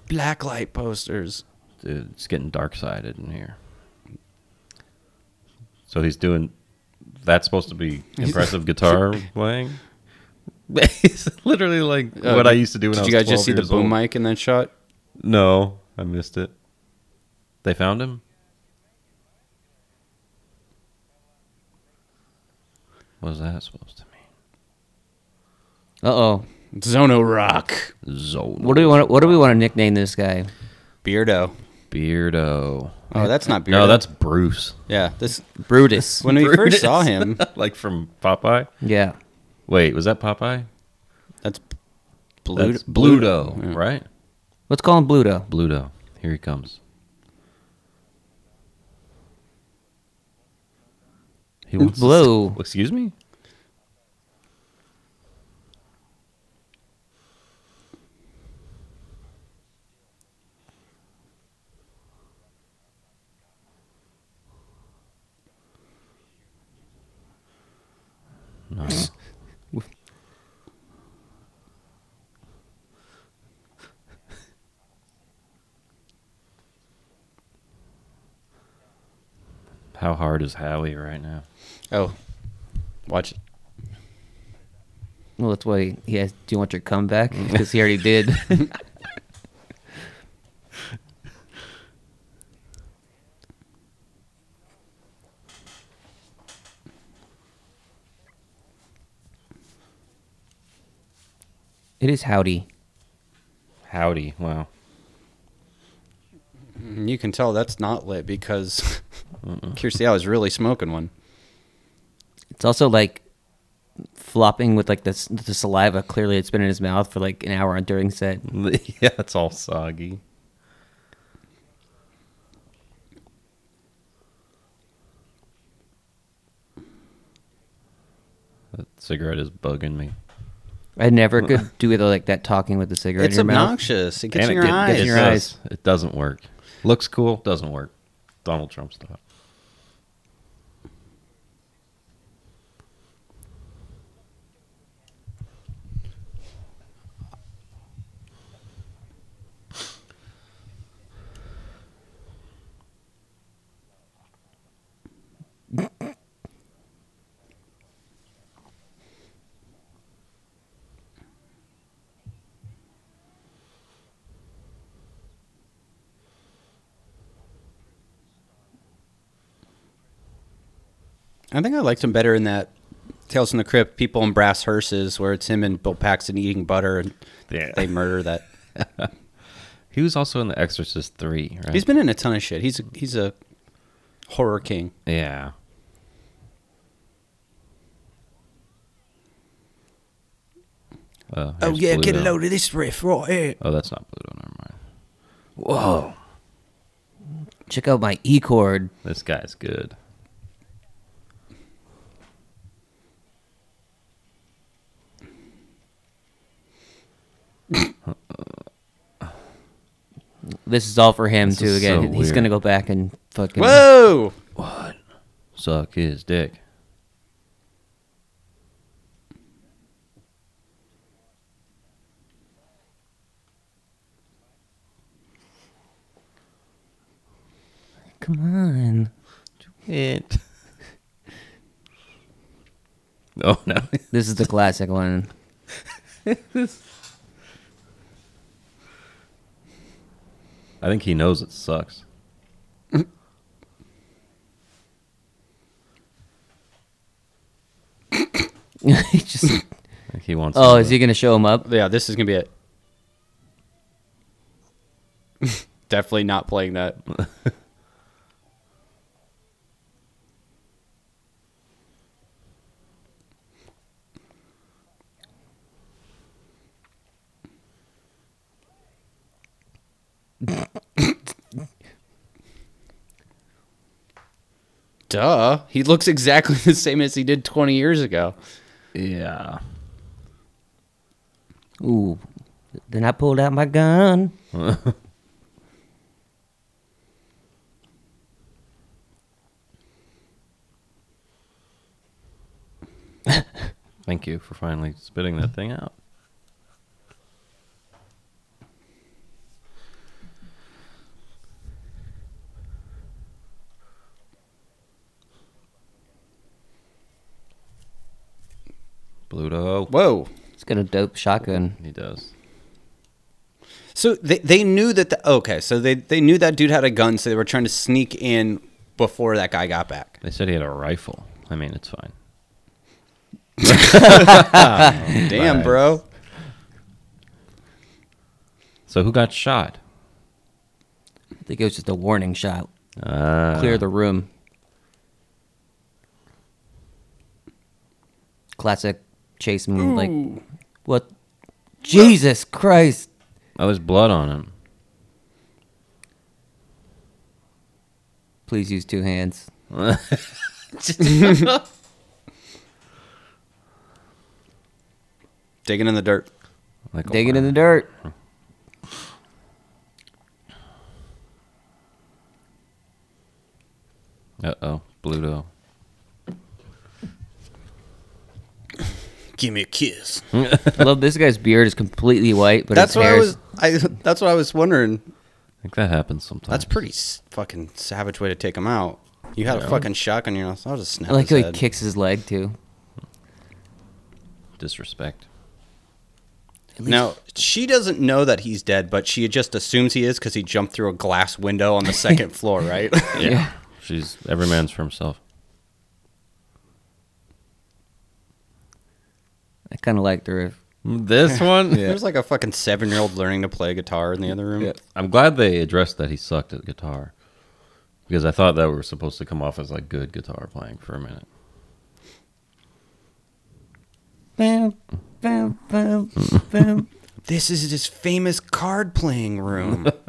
[SPEAKER 3] Blacklight posters.
[SPEAKER 2] Dude, it's getting dark sided in here. So he's doing. That's supposed
[SPEAKER 3] (laughs)
[SPEAKER 2] to be impressive guitar playing. it's literally like what I used to do when
[SPEAKER 3] uh, Did
[SPEAKER 2] I was
[SPEAKER 3] you guys just see
[SPEAKER 2] 12
[SPEAKER 3] the
[SPEAKER 2] years
[SPEAKER 3] boom
[SPEAKER 2] old.
[SPEAKER 3] mic in that shot?
[SPEAKER 2] No, I missed it. They found him. What was that supposed to mean?
[SPEAKER 1] Uh oh.
[SPEAKER 3] Zono Rock.
[SPEAKER 2] Zola.
[SPEAKER 1] What do we want? What do we want to nickname this guy?
[SPEAKER 3] Beardo.
[SPEAKER 2] Beardo.
[SPEAKER 3] Oh, that's not Beardo.
[SPEAKER 2] No, that's Bruce.
[SPEAKER 3] yeah. This
[SPEAKER 1] Brutus.
[SPEAKER 3] when we
[SPEAKER 2] Brutus.
[SPEAKER 3] first saw him.
[SPEAKER 2] (laughs) like from Popeye.
[SPEAKER 1] (laughs) yeah.
[SPEAKER 2] Wait, was that Popeye?
[SPEAKER 3] That's Bluto.
[SPEAKER 2] That's Bluto, right?
[SPEAKER 1] Let's call him Bluto.
[SPEAKER 2] Bluto. Here he comes. He wants to-
[SPEAKER 1] Blue.
[SPEAKER 2] Excuse me. No. How hard is Howie right now?
[SPEAKER 3] Oh, watch it.
[SPEAKER 1] Well, that's why he has. Do you want your
[SPEAKER 3] (laughs)
[SPEAKER 1] comeback? Because he already did. (laughs) it is howdy.
[SPEAKER 2] Howdy. Wow.
[SPEAKER 3] You can tell that's not lit because (laughs) Kirsiao is really smoking one.
[SPEAKER 1] It's also like flopping with like the, s- the saliva. Clearly, it's been in his mouth for like an hour during set.
[SPEAKER 2] (laughs) yeah, it's all soggy. That cigarette is bugging me.
[SPEAKER 1] I never could do it like that. Talking with the cigarette
[SPEAKER 3] it's
[SPEAKER 1] in your mouth.
[SPEAKER 3] obnoxious. It gets
[SPEAKER 2] And
[SPEAKER 3] in your
[SPEAKER 2] did-
[SPEAKER 3] eyes.
[SPEAKER 1] gets in your
[SPEAKER 2] it does-
[SPEAKER 1] eyes.
[SPEAKER 2] It doesn't work. Looks cool, doesn't work. Donald Trump stuff.
[SPEAKER 3] I think I liked him better in that Tales from the Crypt, People in Brass Hearses, where it's him and Bill Paxton eating butter and
[SPEAKER 2] Yeah.
[SPEAKER 3] they murder that.
[SPEAKER 1] (laughs)
[SPEAKER 2] He was also in The Exorcist 3, right?
[SPEAKER 3] He's been in a ton of shit. He's a, he's a horror king.
[SPEAKER 2] yeah. Uh,
[SPEAKER 3] Oh,
[SPEAKER 2] here's Pluto.
[SPEAKER 3] of this riff right here.
[SPEAKER 2] Oh, that's not Pluto. Never mind.
[SPEAKER 1] Whoa! Check out my E chord.
[SPEAKER 2] This guy's good.
[SPEAKER 1] This is all for him
[SPEAKER 2] This
[SPEAKER 1] too.
[SPEAKER 2] is so
[SPEAKER 1] Again, he's
[SPEAKER 2] weird.
[SPEAKER 1] gonna go back and fucking.
[SPEAKER 3] Whoa!
[SPEAKER 2] Suck his dick.
[SPEAKER 1] Come on.
[SPEAKER 2] It. (laughs) Oh no!
[SPEAKER 1] This is
[SPEAKER 3] (laughs)
[SPEAKER 1] the classic one. (laughs)
[SPEAKER 2] I think he knows it sucks.
[SPEAKER 1] He just-
[SPEAKER 2] I think he wants.
[SPEAKER 1] oh,
[SPEAKER 2] some
[SPEAKER 1] is
[SPEAKER 2] of
[SPEAKER 1] he gonna show him up?
[SPEAKER 3] Yeah, this is gonna be it. (laughs) Definitely not playing that. (laughs) Duh. He looks exactly (laughs) the same as he did 20 years ago.
[SPEAKER 2] the- Yeah.
[SPEAKER 1] Ooh. Then I pulled out my gun.
[SPEAKER 2] Thank you for finally spitting that thing out. Pluto.
[SPEAKER 3] Whoa.
[SPEAKER 1] It's got a dope shotgun.
[SPEAKER 2] He does.
[SPEAKER 3] So they, they knew that the okay, so they, they knew that dude had a gun, so they were trying to sneak in before that guy
[SPEAKER 1] (laughs)
[SPEAKER 3] got back.
[SPEAKER 2] They said he had a rifle. I mean, it's fine.
[SPEAKER 3] Damn,
[SPEAKER 2] Right.
[SPEAKER 3] bro.
[SPEAKER 2] So who got shot?
[SPEAKER 1] I think it was just a warning shot.
[SPEAKER 3] Ah.
[SPEAKER 2] Uh,
[SPEAKER 1] Clear the room. Classic chase move. Like, what? Jesus Christ!
[SPEAKER 2] Oh, there's blood on him.
[SPEAKER 1] Please use two hands.
[SPEAKER 3] Digging in the dirt.
[SPEAKER 2] Like a
[SPEAKER 1] Digging in the
[SPEAKER 2] lion.
[SPEAKER 3] (laughs)
[SPEAKER 1] dirt.
[SPEAKER 2] Uh oh, Bluto.
[SPEAKER 3] Give me a kiss.
[SPEAKER 1] I love this guy's beard is completely white, but
[SPEAKER 3] That's
[SPEAKER 1] his
[SPEAKER 3] what
[SPEAKER 1] hair
[SPEAKER 3] I
[SPEAKER 1] is-
[SPEAKER 3] was I that's what I was wondering.
[SPEAKER 2] I think that happens sometimes.
[SPEAKER 3] That's pretty s- fucking savage way to take him out. You had
[SPEAKER 2] Yeah.
[SPEAKER 3] a fucking shotgun in your mouth. I'll just snap
[SPEAKER 1] I like how
[SPEAKER 3] his
[SPEAKER 1] he
[SPEAKER 3] head.
[SPEAKER 1] kicks his leg too.
[SPEAKER 2] Disrespect.
[SPEAKER 1] At least-
[SPEAKER 3] Now she doesn't know that he's dead, but she just assumes he is because he jumped through a glass window on
[SPEAKER 1] (laughs)
[SPEAKER 3] the second floor, right?
[SPEAKER 1] yeah.
[SPEAKER 2] She's every man's for himself.
[SPEAKER 1] I kind of liked her.
[SPEAKER 2] (laughs) This
[SPEAKER 3] (laughs)
[SPEAKER 2] one,
[SPEAKER 3] There's like a fucking seven year old learning to play guitar in the other room.
[SPEAKER 2] I'm glad they addressed that he sucked at guitar because I thought that we were supposed to come off as like good guitar playing for a minute.
[SPEAKER 1] Bam, bam, bam, bam.
[SPEAKER 3] This is his famous card playing room.
[SPEAKER 2] (laughs)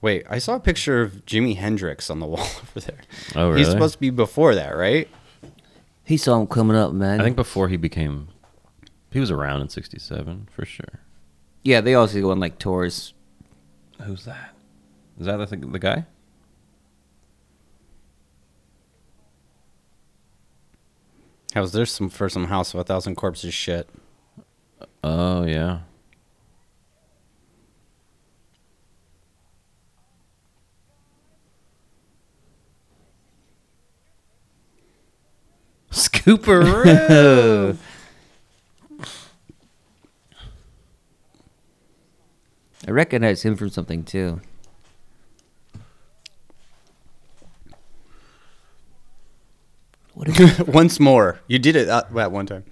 [SPEAKER 3] Wait, I saw a picture of Jimi Hendrix on the wall (laughs) over there.
[SPEAKER 2] Oh,
[SPEAKER 3] He's
[SPEAKER 2] really?
[SPEAKER 3] supposed to be before that, right?
[SPEAKER 1] He saw him coming up, man.
[SPEAKER 2] I think before he became, he was around in '67 for sure.
[SPEAKER 1] Yeah, they also go on like tours.
[SPEAKER 2] Who's that? Is that the, the guy?
[SPEAKER 3] How's there some for some House of a Thousand Corpses shit?
[SPEAKER 2] Oh yeah.
[SPEAKER 3] (laughs)
[SPEAKER 2] Scooper.
[SPEAKER 1] I recognize him from something too. What is it?
[SPEAKER 3] Once more, you did it at, at one time.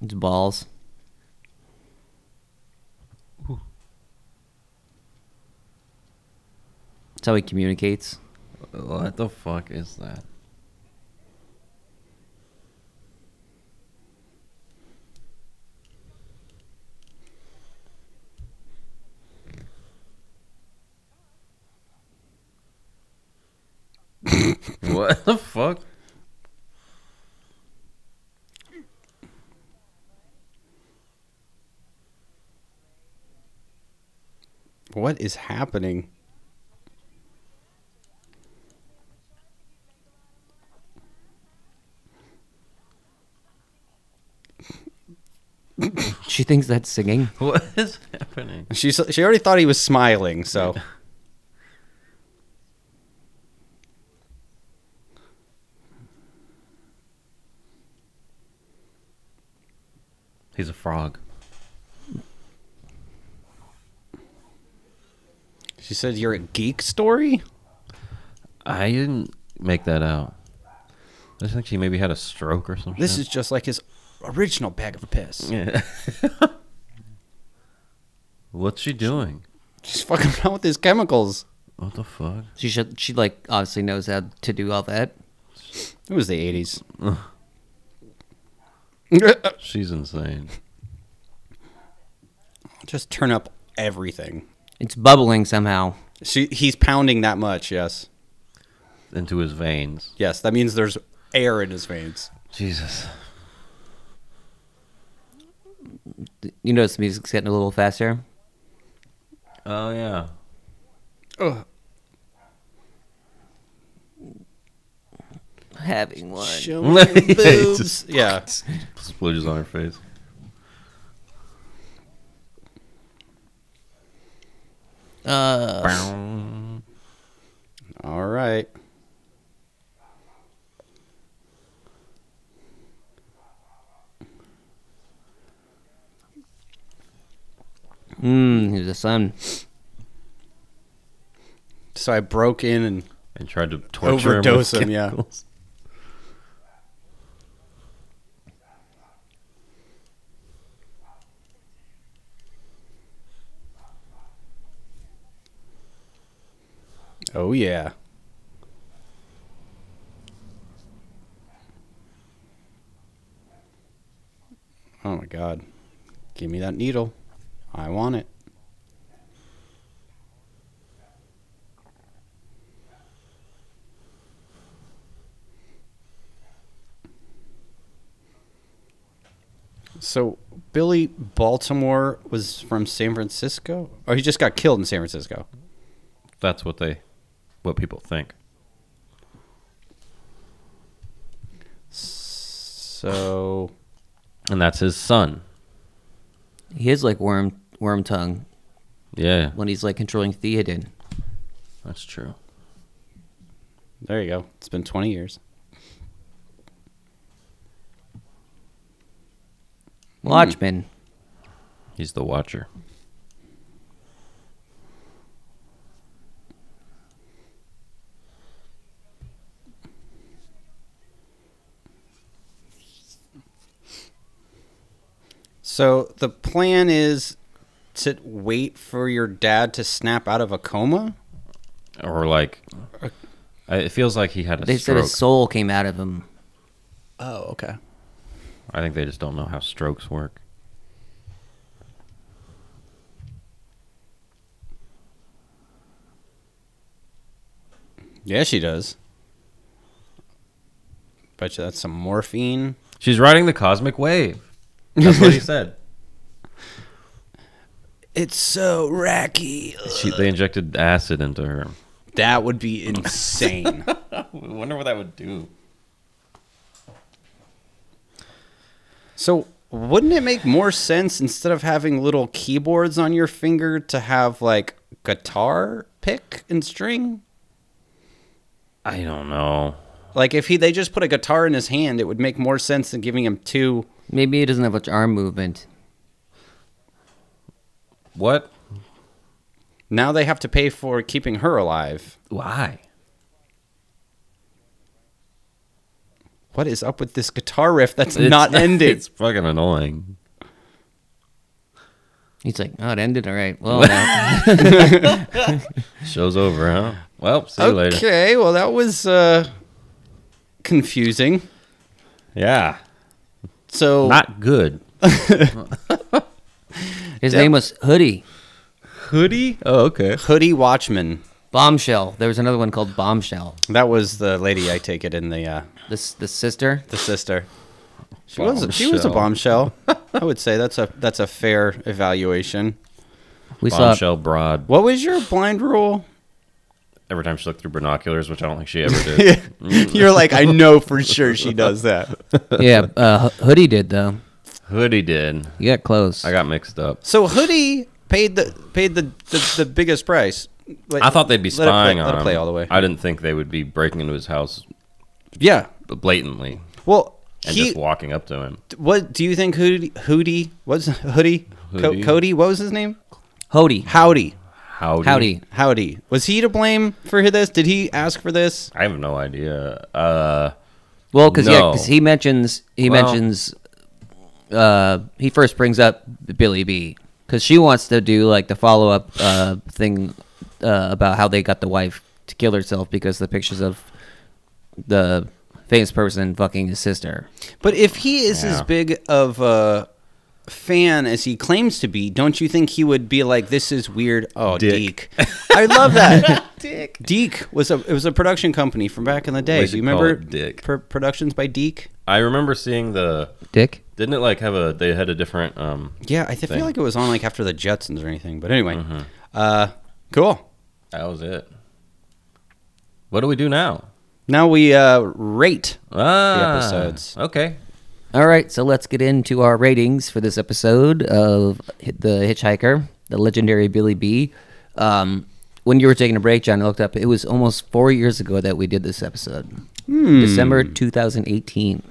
[SPEAKER 1] It's balls. That's how he communicates.
[SPEAKER 2] what the fuck is that? what the fuck?
[SPEAKER 3] What is happening?
[SPEAKER 1] She thinks that's singing.
[SPEAKER 2] What is happening?
[SPEAKER 3] She s- she already thought he was smiling,
[SPEAKER 2] (laughs)
[SPEAKER 3] so
[SPEAKER 2] He's a frog.
[SPEAKER 3] she said, "You're a geek story."
[SPEAKER 2] I didn't make that out. I just think she maybe had a stroke or something.
[SPEAKER 3] This is just like his original bag of piss.
[SPEAKER 2] Yeah. (laughs) What's she doing?
[SPEAKER 3] She's fucking around with his chemicals.
[SPEAKER 2] What the fuck?
[SPEAKER 1] She should. She like obviously knows how to do all that.
[SPEAKER 3] It was the eighties.
[SPEAKER 2] She's insane.
[SPEAKER 3] Just turn up everything.
[SPEAKER 1] It's bubbling somehow.
[SPEAKER 3] She he's pounding that much. Yes,
[SPEAKER 2] Into his veins.
[SPEAKER 3] yes. That means there's air in his veins.
[SPEAKER 2] Jesus.
[SPEAKER 1] You notice the music's getting a little faster.
[SPEAKER 2] Oh yeah.
[SPEAKER 1] Having one.
[SPEAKER 3] Show me (laughs) your boobs.
[SPEAKER 2] Just-
[SPEAKER 3] Yeah.
[SPEAKER 2] Splooges on her face.
[SPEAKER 1] Uh,
[SPEAKER 2] Bow.
[SPEAKER 3] All right.
[SPEAKER 1] mm, he's a son.
[SPEAKER 3] So I broke in and
[SPEAKER 2] and tried to torture
[SPEAKER 3] Overdose
[SPEAKER 2] him.
[SPEAKER 3] him,
[SPEAKER 2] With
[SPEAKER 3] yeah.
[SPEAKER 2] chemicals. (laughs)
[SPEAKER 3] oh yeah. Oh my god. Give me that needle. I want it. So Billy Baltimore was from San Francisco? Or he just got killed in San Francisco.
[SPEAKER 2] That's what they, what people think.
[SPEAKER 3] So
[SPEAKER 2] And that's his son.
[SPEAKER 1] He is like worm worm tongue
[SPEAKER 2] Yeah,
[SPEAKER 1] when he's like controlling Theoden.
[SPEAKER 2] that's true.
[SPEAKER 3] There you go. It's been 20 years.
[SPEAKER 1] Watchmen.
[SPEAKER 2] Hmm. He's the watcher.
[SPEAKER 3] So the plan is to wait for your dad to snap out of a coma?
[SPEAKER 2] Or like, I- it feels like he had a
[SPEAKER 1] They said
[SPEAKER 2] stroke.
[SPEAKER 1] his soul came out of him.
[SPEAKER 3] Oh, okay.
[SPEAKER 2] I think they just don't know how strokes work.
[SPEAKER 3] Yeah, she does. Bet you that's some morphine.
[SPEAKER 2] She's riding the cosmic wave.
[SPEAKER 1] (laughs)
[SPEAKER 2] That's what he said.
[SPEAKER 3] It's so racky.
[SPEAKER 2] She, they injected acid into her.
[SPEAKER 3] That would be (laughs) insane.
[SPEAKER 2] wonder what that would do.
[SPEAKER 3] so, wouldn't it make more sense instead of having little keyboards on your finger to have like guitar pick and string?
[SPEAKER 2] I don't know.
[SPEAKER 3] Like if he they just put a guitar in his hand, it would make more sense than giving him two.
[SPEAKER 1] Maybe he doesn't have much arm movement.
[SPEAKER 2] What?
[SPEAKER 3] Now they have to pay for keeping her alive.
[SPEAKER 2] Why?
[SPEAKER 3] What is up with this guitar riff that's not ended?
[SPEAKER 2] (laughs) It's fucking annoying.
[SPEAKER 1] He's like, oh, it ended. All right.
[SPEAKER 2] (laughs)
[SPEAKER 1] Well, now.
[SPEAKER 2] Show's over, huh? Well, see you later.
[SPEAKER 3] Okay, well that was uh confusing.
[SPEAKER 2] Yeah.
[SPEAKER 3] So
[SPEAKER 2] Not good.
[SPEAKER 1] his name was Hoodie.
[SPEAKER 2] Hoodie? Oh, okay.
[SPEAKER 3] Hoodie Watchman.
[SPEAKER 1] Bombshell. There was another one called Bombshell.
[SPEAKER 3] That was the lady I take it in the uh
[SPEAKER 1] This the sister.
[SPEAKER 3] the sister. She was a, she was a bombshell. I would say that's a that's a fair evaluation.
[SPEAKER 1] We saw
[SPEAKER 2] Bombshell broad.
[SPEAKER 3] What was your blind
[SPEAKER 2] (laughs)
[SPEAKER 3] rule? (laughs)
[SPEAKER 2] Every time she looked through binoculars, which I don't think she (laughs) ever did.
[SPEAKER 3] You're like I know for sure she does that.
[SPEAKER 2] (laughs)
[SPEAKER 1] yeah, uh, Ho- Hoodie did though.
[SPEAKER 2] Hoodie did.
[SPEAKER 1] You got close.
[SPEAKER 2] I got mixed up.
[SPEAKER 3] So Hoodie paid the paid the the, the biggest price. Let-
[SPEAKER 2] I thought they'd be
[SPEAKER 3] let it play-
[SPEAKER 2] spying on
[SPEAKER 3] Let it play
[SPEAKER 2] him.
[SPEAKER 3] all the way.
[SPEAKER 2] I didn't think they would be breaking into his house
[SPEAKER 3] yeah.
[SPEAKER 2] blatantly
[SPEAKER 3] Well,
[SPEAKER 2] and
[SPEAKER 3] he
[SPEAKER 2] just walking up to him.
[SPEAKER 3] what do you think Hoodie Hoodie was Hoodie, Co-
[SPEAKER 2] Hoodie?
[SPEAKER 3] Cody what was his name?
[SPEAKER 1] Hoodie.
[SPEAKER 3] Howdy.
[SPEAKER 2] Howdy.
[SPEAKER 1] Howdy.
[SPEAKER 3] Howdy. Was he to blame for this? Did he ask for this?
[SPEAKER 2] I have no idea. Uh,
[SPEAKER 1] Well, because yeah,
[SPEAKER 2] No.
[SPEAKER 1] 'cause he mentions he
[SPEAKER 2] Well-
[SPEAKER 1] mentions uh, he first brings up Billy B because she wants to do like the follow up uh, thing uh, about how they got the wife to kill herself because the pictures of the famous person fucking his sister.
[SPEAKER 3] But if he is as
[SPEAKER 2] Yeah.
[SPEAKER 3] big of a fan as he claims to be, don't you think he would be like, "This is weird"? Oh, Deke.
[SPEAKER 2] Dick.
[SPEAKER 3] I love
[SPEAKER 2] (laughs)
[SPEAKER 3] that. (laughs) Deke. Deke was a it was a production company from back in the day.
[SPEAKER 2] We
[SPEAKER 3] Do you
[SPEAKER 2] should call
[SPEAKER 3] remember
[SPEAKER 2] it Dick.
[SPEAKER 3] Pro- productions by Deke?
[SPEAKER 2] I remember seeing the.
[SPEAKER 1] Dick.
[SPEAKER 2] Didn't it like have a? They had a different. Um,
[SPEAKER 3] Yeah, I th- feel
[SPEAKER 2] Thing.
[SPEAKER 3] like it was on like after the Jetsons or anything. But anyway,
[SPEAKER 2] Mm-hmm.
[SPEAKER 3] uh, cool.
[SPEAKER 2] that was it. What do we do now?
[SPEAKER 3] Now we uh, rate.
[SPEAKER 2] Ah,
[SPEAKER 3] episodes.
[SPEAKER 2] Okay.
[SPEAKER 1] All right, so let's get into our ratings for this episode of Hi- The Hitchhiker, the legendary Billy B. Um, when you were taking a break, John, I looked up, it was almost four years ago that we did this episode.
[SPEAKER 2] Hmm.
[SPEAKER 1] December 2018.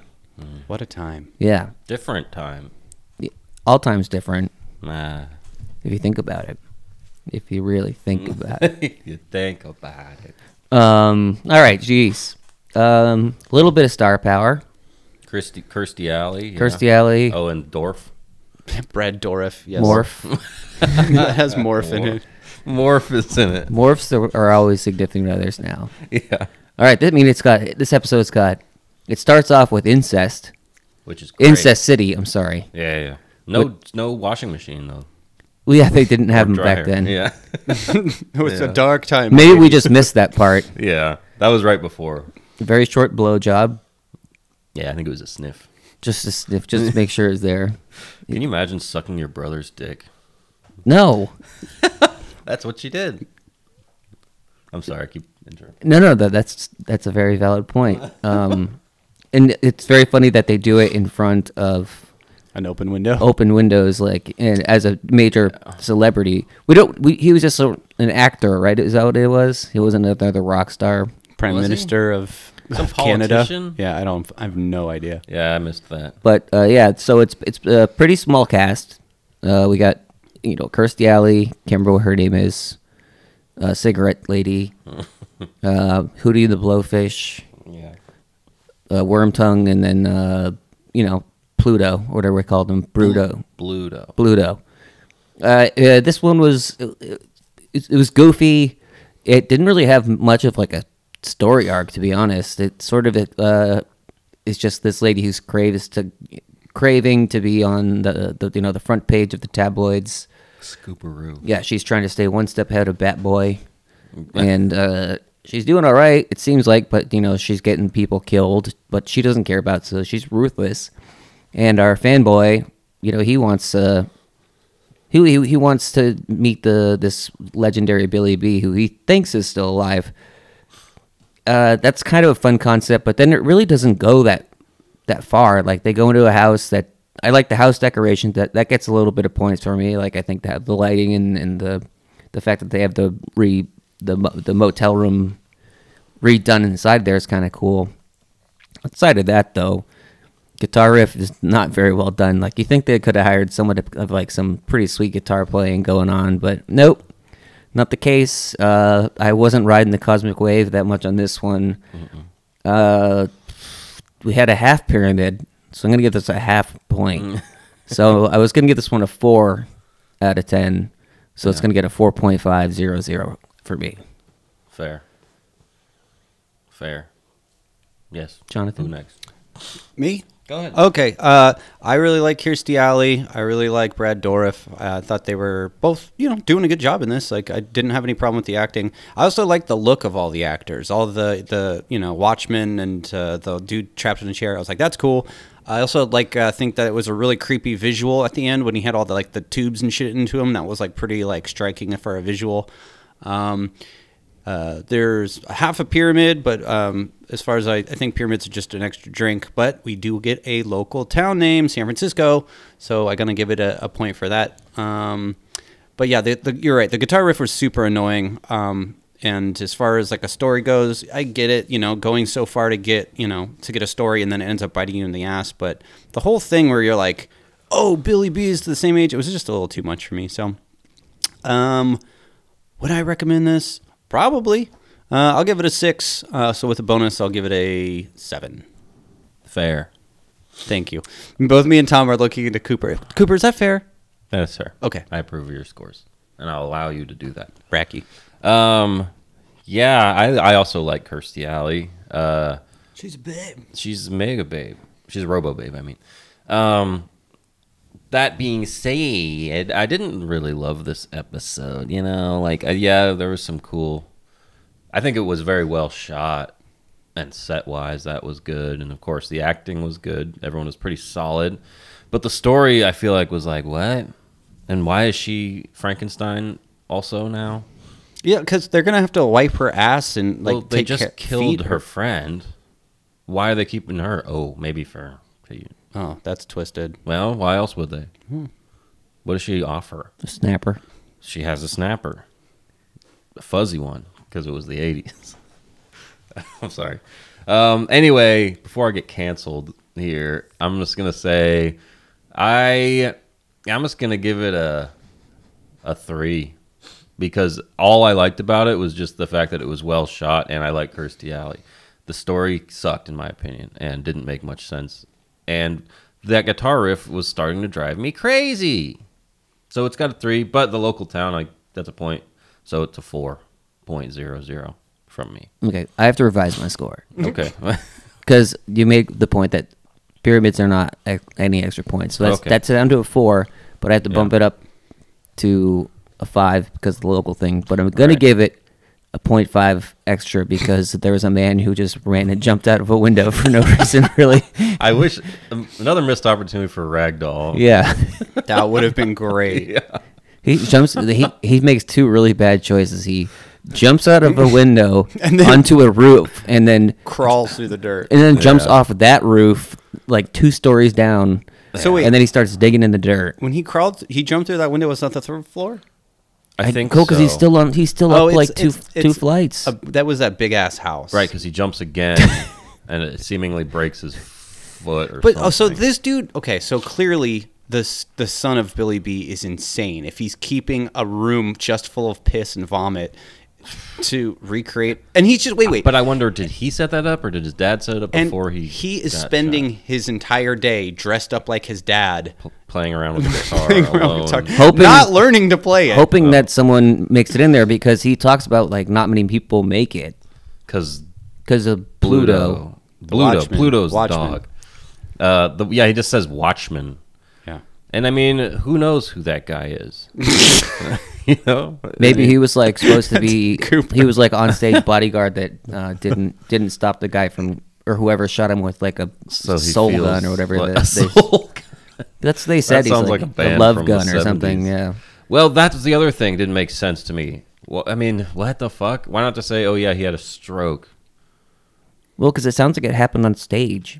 [SPEAKER 3] What a time. (laughs)
[SPEAKER 1] Yeah,
[SPEAKER 2] Different time.
[SPEAKER 1] all time's different
[SPEAKER 2] Nah. (laughs)
[SPEAKER 1] if you think about it. If you really think
[SPEAKER 2] Hmm.
[SPEAKER 1] about it. (laughs)
[SPEAKER 2] you think about it.
[SPEAKER 1] Um, all right, geez. A um, little bit of star power.
[SPEAKER 2] Kirsty, Kirsty Alley. yeah.
[SPEAKER 1] Kirstie Alley,
[SPEAKER 2] Oh, and Dorf.
[SPEAKER 3] Brad Dorif. Yes.
[SPEAKER 1] Morph.
[SPEAKER 3] that (laughs) has morph in it.
[SPEAKER 2] Morph is in it.
[SPEAKER 1] Morphs are, are always significant others now.
[SPEAKER 2] (laughs) Yeah.
[SPEAKER 1] All right, that means it's got this episode's got. It starts off with incest,
[SPEAKER 2] Which is great.
[SPEAKER 1] incest city. I'm sorry.
[SPEAKER 2] Yeah, yeah. No, no washing machine though.
[SPEAKER 1] Well, yeah, they didn't have them back
[SPEAKER 2] Dryer.
[SPEAKER 1] then.
[SPEAKER 2] Yeah, (laughs)
[SPEAKER 3] (laughs) It was a
[SPEAKER 2] Yeah.
[SPEAKER 3] dark time.
[SPEAKER 1] Maybe we just missed that part.
[SPEAKER 2] yeah. That was right before.
[SPEAKER 1] Very short blow job,
[SPEAKER 2] Yeah, I think it was a sniff.
[SPEAKER 1] just to sniff, just to make sure it's there.
[SPEAKER 2] Can you imagine sucking your brother's dick?
[SPEAKER 1] No,
[SPEAKER 2] That's what she did. I'm sorry, I keep interrupting.
[SPEAKER 1] no, no. That, that's that's a very valid point. Um, and it's very funny that they do it in front of
[SPEAKER 3] an open window.
[SPEAKER 1] open windows like and as a major celebrity we don't we, he was just a, an actor right is that what it was he wasn't another rock star
[SPEAKER 3] Prime
[SPEAKER 2] Was he?
[SPEAKER 3] Minister of,
[SPEAKER 2] Some
[SPEAKER 3] of (laughs) Canada.
[SPEAKER 2] politician?
[SPEAKER 3] Yeah, I don't. I have no idea.
[SPEAKER 2] Yeah, I missed that.
[SPEAKER 1] but uh, yeah so it's it's a pretty small cast uh, we got you know kirstie alley can't remember what her name is uh, cigarette lady uh, hootie the blowfish
[SPEAKER 2] Yeah.
[SPEAKER 1] uh, worm tongue and then uh, you know pluto or whatever we called him bruto
[SPEAKER 2] Bluto.
[SPEAKER 1] Pluto. Uh, uh, this one was it, it was goofy. It didn't really have much of like a story arc, to be honest. It sort of uh, is just this lady who's craves to craving to be on the, the you know the front page of the tabloids.
[SPEAKER 2] Scooperoo.
[SPEAKER 1] Yeah, she's trying to stay one step ahead of Bat Boy, and uh, she's doing all right. It seems like, but you know she's getting people killed, but she doesn't care about. So she's ruthless, and our fanboy, you know, he wants uh, he he, he wants to meet the this legendary Billy B, who he thinks is still alive. Uh, that's kind of a fun concept, but then it really doesn't go that that far. Like they go into a house that I like the house decoration. That that gets a little bit of points for me. Like I think that the lighting and, and the the fact that they have the re the mo- the motel room redone inside there is kind of cool. Outside of that, though, guitar riff is not very well done. Like you think they could have hired someone to, of like some pretty sweet guitar playing going on, but nope, not the case. Uh, I wasn't riding the cosmic wave that much on this one. Uh, we had a half pyramid, so I'm gonna give this a half point. (laughs) so I was gonna give this one a four out of ten, so it's gonna get a four point five zero zero for me.
[SPEAKER 2] Fair. Fair. Yes.
[SPEAKER 1] Jonathan?
[SPEAKER 2] Who next?
[SPEAKER 3] Me?
[SPEAKER 2] Go ahead.
[SPEAKER 3] Okay. Uh, I really like Kirstie Alley. I really like Brad Dourif. I thought they were both, you know, doing a good job in this. Like, I didn't have any problem with the acting. I also like the look of all the actors, all the the you know Watchmen and uh, the dude trapped in a chair. I was like, that's cool. I also like uh, think that it was a really creepy visual at the end when he had all the like the tubes and shit into him. That was like pretty like striking for a visual. Um, uh, there's half a pyramid, but um, as far as I, I think pyramids are just an extra drink. But we do get a local town name, San Francisco, so I'm gonna give it a, a point for that. Um, but yeah, the, the, you're right. The guitar riff was super annoying. Um, and as far as like a story goes, I get it. You know, going so far to get you know to get a story, and then it ends up biting you in the ass. But the whole thing where you're like, "Oh, Billy B is the same age," it was just a little too much for me. So um, would I recommend this? Probably. Uh, I'll give it a six. Uh, so with a bonus, I'll give it a seven.
[SPEAKER 2] Fair.
[SPEAKER 3] Thank you. Both me and Tom are looking into Cooper. Cooper, is that fair?
[SPEAKER 2] Yes, sir.
[SPEAKER 3] Okay.
[SPEAKER 2] I approve of your scores, and I'll allow you to do that.
[SPEAKER 3] Bracky.
[SPEAKER 2] Um, yeah, I, I also like Kirstie Alley. Uh, she's a babe. She's a mega babe. She's a robo babe. I mean, um, that being said, I didn't really love this episode. You know, like uh, yeah, there was some cool. I think it was very well shot and set wise that was good and of course the acting was good everyone was pretty solid but the story i feel like was like what and why is she frankenstein also now
[SPEAKER 3] Yeah, because they're gonna have to wipe her ass and like
[SPEAKER 2] well, they
[SPEAKER 3] take
[SPEAKER 2] just
[SPEAKER 3] care-
[SPEAKER 2] killed
[SPEAKER 3] feed
[SPEAKER 2] her. friend. Why are they keeping her? Oh, maybe for.
[SPEAKER 3] Oh, that's twisted.
[SPEAKER 2] Well, why else would they?
[SPEAKER 3] Hmm.
[SPEAKER 2] What does she offer?
[SPEAKER 1] Snapper.
[SPEAKER 2] She has a snapper, a fuzzy one, because it was the '80s. (laughs) I'm sorry. Um, anyway, before I get canceled here, I'm just gonna say, I, I'm just gonna give it a, a three, because all I liked about it was just the fact that it was well shot, and I like Kirstie Alley. The story sucked, in my opinion, and didn't make much sense, and that guitar riff was starting to drive me crazy. So it's got a three, but the local town, like that's a point. So it's a four point zero zero from me.
[SPEAKER 1] Okay, I have to revise my score
[SPEAKER 3] (laughs)
[SPEAKER 2] Okay.
[SPEAKER 1] because you made the point that pyramids are not ex- any extra points. So that's
[SPEAKER 2] Okay.
[SPEAKER 1] that's down to a four, but I have to bump
[SPEAKER 2] Yeah.
[SPEAKER 1] it up to a five because of the local thing. But I'm gonna
[SPEAKER 2] Right.
[SPEAKER 1] give it a point five extra because there was a man who just ran and jumped out of a window for no (laughs) reason, really.
[SPEAKER 2] I wish um, another missed opportunity for Ragdoll.
[SPEAKER 1] Yeah.
[SPEAKER 3] That would have
[SPEAKER 2] (laughs)
[SPEAKER 3] been great.
[SPEAKER 1] He jumps. he he makes two really bad choices. He jumps out of a window
[SPEAKER 3] And then-
[SPEAKER 1] onto a roof, and then
[SPEAKER 3] Crawls through the dirt.
[SPEAKER 1] and then jumps
[SPEAKER 2] Yeah.
[SPEAKER 1] off that roof like two stories down.
[SPEAKER 3] So wait,
[SPEAKER 1] and then he starts digging in the dirt.
[SPEAKER 3] when he crawled, he jumped through that window. Was that the third floor?
[SPEAKER 2] I think
[SPEAKER 1] cool because he's
[SPEAKER 2] so. Oh,
[SPEAKER 1] still on. He's still up like two two
[SPEAKER 3] it's
[SPEAKER 1] flights.
[SPEAKER 3] a- Uh, that was that big ass house,
[SPEAKER 2] right because he
[SPEAKER 3] (laughs)
[SPEAKER 2] jumps again and it seemingly breaks his foot or
[SPEAKER 3] But
[SPEAKER 2] something.
[SPEAKER 3] oh, so this dude. Okay, so clearly the s- the son of Billy B is insane. If he's keeping a room just full of piss and vomit to recreate, and he's just wait, wait.
[SPEAKER 2] But I wonder, did he set that up or did his dad set it up
[SPEAKER 3] and
[SPEAKER 2] before he?
[SPEAKER 3] he is
[SPEAKER 2] got
[SPEAKER 3] spending
[SPEAKER 2] shot?
[SPEAKER 3] his entire day dressed up like his dad, (laughs)
[SPEAKER 2] P- playing around with the guitar.
[SPEAKER 3] playing around
[SPEAKER 2] alone.
[SPEAKER 3] with guitar,
[SPEAKER 1] Hoping-
[SPEAKER 3] not learning to play it.
[SPEAKER 1] hoping that someone makes it in there because he talks about like not many people make it
[SPEAKER 2] because
[SPEAKER 1] because of Pluto.
[SPEAKER 2] Pluto, Pluto,
[SPEAKER 3] Watchmen.
[SPEAKER 2] Pluto's
[SPEAKER 3] Watchmen.
[SPEAKER 2] dog. Uh, the, yeah, he just says Watchman,
[SPEAKER 3] yeah.
[SPEAKER 2] and I mean, who knows who that guy (laughs) is? you know,
[SPEAKER 1] Maybe he was like supposed to
[SPEAKER 2] (laughs)
[SPEAKER 1] be.
[SPEAKER 3] Cooper.
[SPEAKER 1] He was like on stage bodyguard that uh, didn't didn't stop the guy from or whoever shot him with like a
[SPEAKER 2] So he
[SPEAKER 1] soul
[SPEAKER 2] feels
[SPEAKER 1] gun or whatever.
[SPEAKER 2] like
[SPEAKER 1] that
[SPEAKER 2] a (laughs)
[SPEAKER 1] they,
[SPEAKER 2] soul gun.
[SPEAKER 1] that's
[SPEAKER 2] (laughs)
[SPEAKER 1] they said. he's
[SPEAKER 2] sounds
[SPEAKER 1] like,
[SPEAKER 2] like a
[SPEAKER 1] a,
[SPEAKER 2] band
[SPEAKER 1] love
[SPEAKER 2] from the
[SPEAKER 1] gun or something.
[SPEAKER 2] 70s.
[SPEAKER 1] Yeah.
[SPEAKER 2] Well, that's the other thing. Didn't make sense to me. Well, I mean, what the fuck? Why not just say, "Oh yeah, he had a stroke"?
[SPEAKER 1] Well, because it sounds like it happened on stage,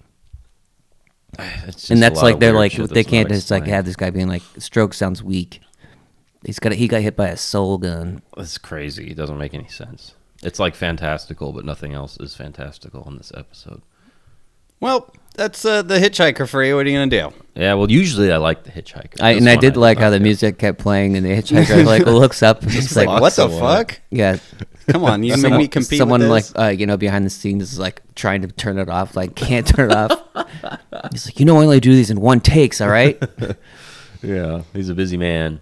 [SPEAKER 2] It's just
[SPEAKER 1] and
[SPEAKER 2] a
[SPEAKER 1] that's
[SPEAKER 2] lot
[SPEAKER 1] like
[SPEAKER 2] of
[SPEAKER 1] they're
[SPEAKER 2] weird
[SPEAKER 1] like
[SPEAKER 2] shit
[SPEAKER 1] they
[SPEAKER 2] that's not
[SPEAKER 1] can't just like
[SPEAKER 2] explained.
[SPEAKER 1] have this guy being like stroke sounds weak. He's got he got hit by a soul gun.
[SPEAKER 2] It's crazy. It doesn't make any sense. It's like fantastical, but nothing else is fantastical in this episode.
[SPEAKER 3] Well, that's uh, the hitchhiker for you. What are you gonna do?
[SPEAKER 2] Yeah, well, usually I like the hitchhiker.
[SPEAKER 1] I,
[SPEAKER 2] This
[SPEAKER 1] and I
[SPEAKER 2] one
[SPEAKER 1] did like how
[SPEAKER 2] not
[SPEAKER 1] the
[SPEAKER 2] care.
[SPEAKER 1] music kept playing, (laughs) and the hitchhiker like looks up. And it's like,
[SPEAKER 3] Like, what the
[SPEAKER 2] so what?
[SPEAKER 3] fuck?
[SPEAKER 1] Yeah,
[SPEAKER 3] Come on,
[SPEAKER 2] (laughs)
[SPEAKER 3] you make me compete.
[SPEAKER 1] someone
[SPEAKER 3] with
[SPEAKER 1] like
[SPEAKER 3] this?
[SPEAKER 1] uh, you know behind the scenes is like trying to turn it off, like can't turn it (laughs) off. He's like, you know, I only do these in one takes, all right?
[SPEAKER 2] Yeah, he's a busy man.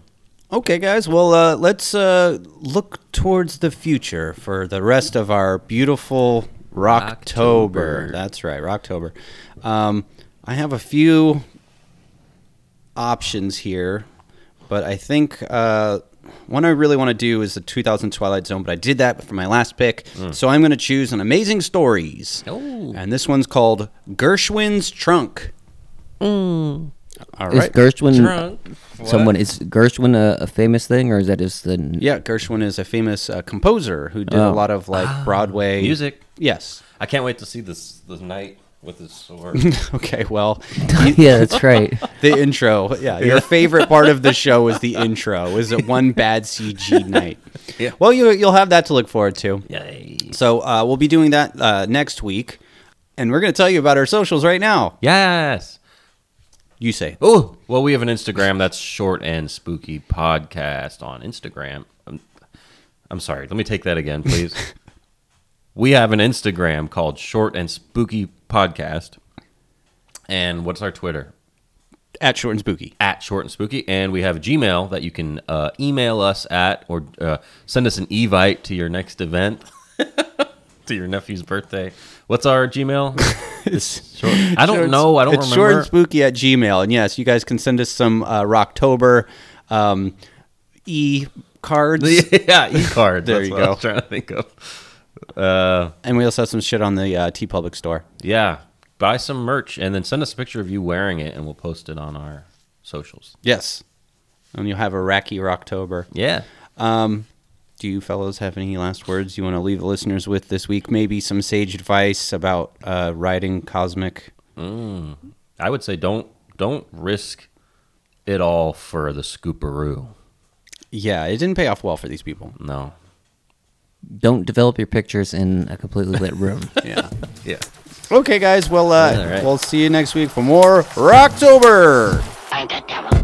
[SPEAKER 3] Okay, guys. Well, uh, let's uh, look towards the future for the rest of our beautiful Rocktober.
[SPEAKER 2] Rocktober.
[SPEAKER 3] That's right, Rocktober. Um, I have a few options here, but I think uh, one I really want to do is the 2000 Twilight Zone. But I did that for my last pick, so I'm going to choose an Amazing Stories,
[SPEAKER 2] Hmm. Oh.
[SPEAKER 3] and this one's called Gershwin's Trunk.
[SPEAKER 2] Hmm.
[SPEAKER 3] All
[SPEAKER 1] is
[SPEAKER 3] right.
[SPEAKER 1] Gershwin
[SPEAKER 2] Drunk.
[SPEAKER 1] someone? Is Gershwin a, a famous thing, or is that just the
[SPEAKER 3] Yeah, Gershwin is a famous uh, composer who did a
[SPEAKER 1] Oh.
[SPEAKER 3] lot of like Broadway
[SPEAKER 2] Ah, Music.
[SPEAKER 3] Yes. (laughs)
[SPEAKER 2] I can't wait to see this the knight with his sword.
[SPEAKER 3] Okay. Well,
[SPEAKER 1] (laughs) yeah, (laughs) that's right.
[SPEAKER 3] the intro. Yeah, your favorite part of the show is the intro. Is it one bad CG night?
[SPEAKER 2] Yeah.
[SPEAKER 3] Well, you you'll have that to look forward to.
[SPEAKER 2] Yay!
[SPEAKER 3] So uh, we'll be doing that uh, next week, and we're going to tell you about our socials right now.
[SPEAKER 2] Yes.
[SPEAKER 3] You say.
[SPEAKER 2] Oh, well, we have an Instagram that's short and spooky podcast on Instagram. I'm, I'm sorry. Let me take that again, please. we have an Instagram called Short and Spooky Podcast. And what's our Twitter?
[SPEAKER 3] at short and spooky.
[SPEAKER 2] At Short and Spooky. And we have a Gmail that you can uh, email us at or uh, send us an evite to your next event, (laughs) to your nephew's birthday. What's our (laughs) Gmail? It's short. I don't
[SPEAKER 3] Short and-
[SPEAKER 2] know. I don't
[SPEAKER 3] it's
[SPEAKER 2] remember.
[SPEAKER 3] short and spooky at Gmail, and yes, you guys can send us some uh, Rocktober um, e cards.
[SPEAKER 2] (laughs) yeah, e card.
[SPEAKER 3] There
[SPEAKER 2] That's
[SPEAKER 3] you
[SPEAKER 2] what
[SPEAKER 3] go.
[SPEAKER 2] I was trying to think of. Uh,
[SPEAKER 3] And we also have some shit on the uh, T Public store.
[SPEAKER 2] yeah, buy some merch and then send us a picture of you wearing it, and we'll post it on our socials.
[SPEAKER 3] Yes. And you'll have a Racky Rocktober.
[SPEAKER 2] Yeah,
[SPEAKER 3] Um, do you fellows have any last words you want to leave the listeners with this week? Maybe some sage advice about uh, riding cosmic.
[SPEAKER 2] I would say don't don't risk it all for the scooperoo.
[SPEAKER 3] Yeah, it didn't pay off well for these people.
[SPEAKER 2] No.
[SPEAKER 1] Don't develop your pictures in a completely lit room.
[SPEAKER 3] Yeah. (laughs)
[SPEAKER 2] Yeah.
[SPEAKER 3] okay, guys. Well, uh,
[SPEAKER 2] All right.
[SPEAKER 3] we'll see you next week for more Rocktober.
[SPEAKER 4] I'm the devil.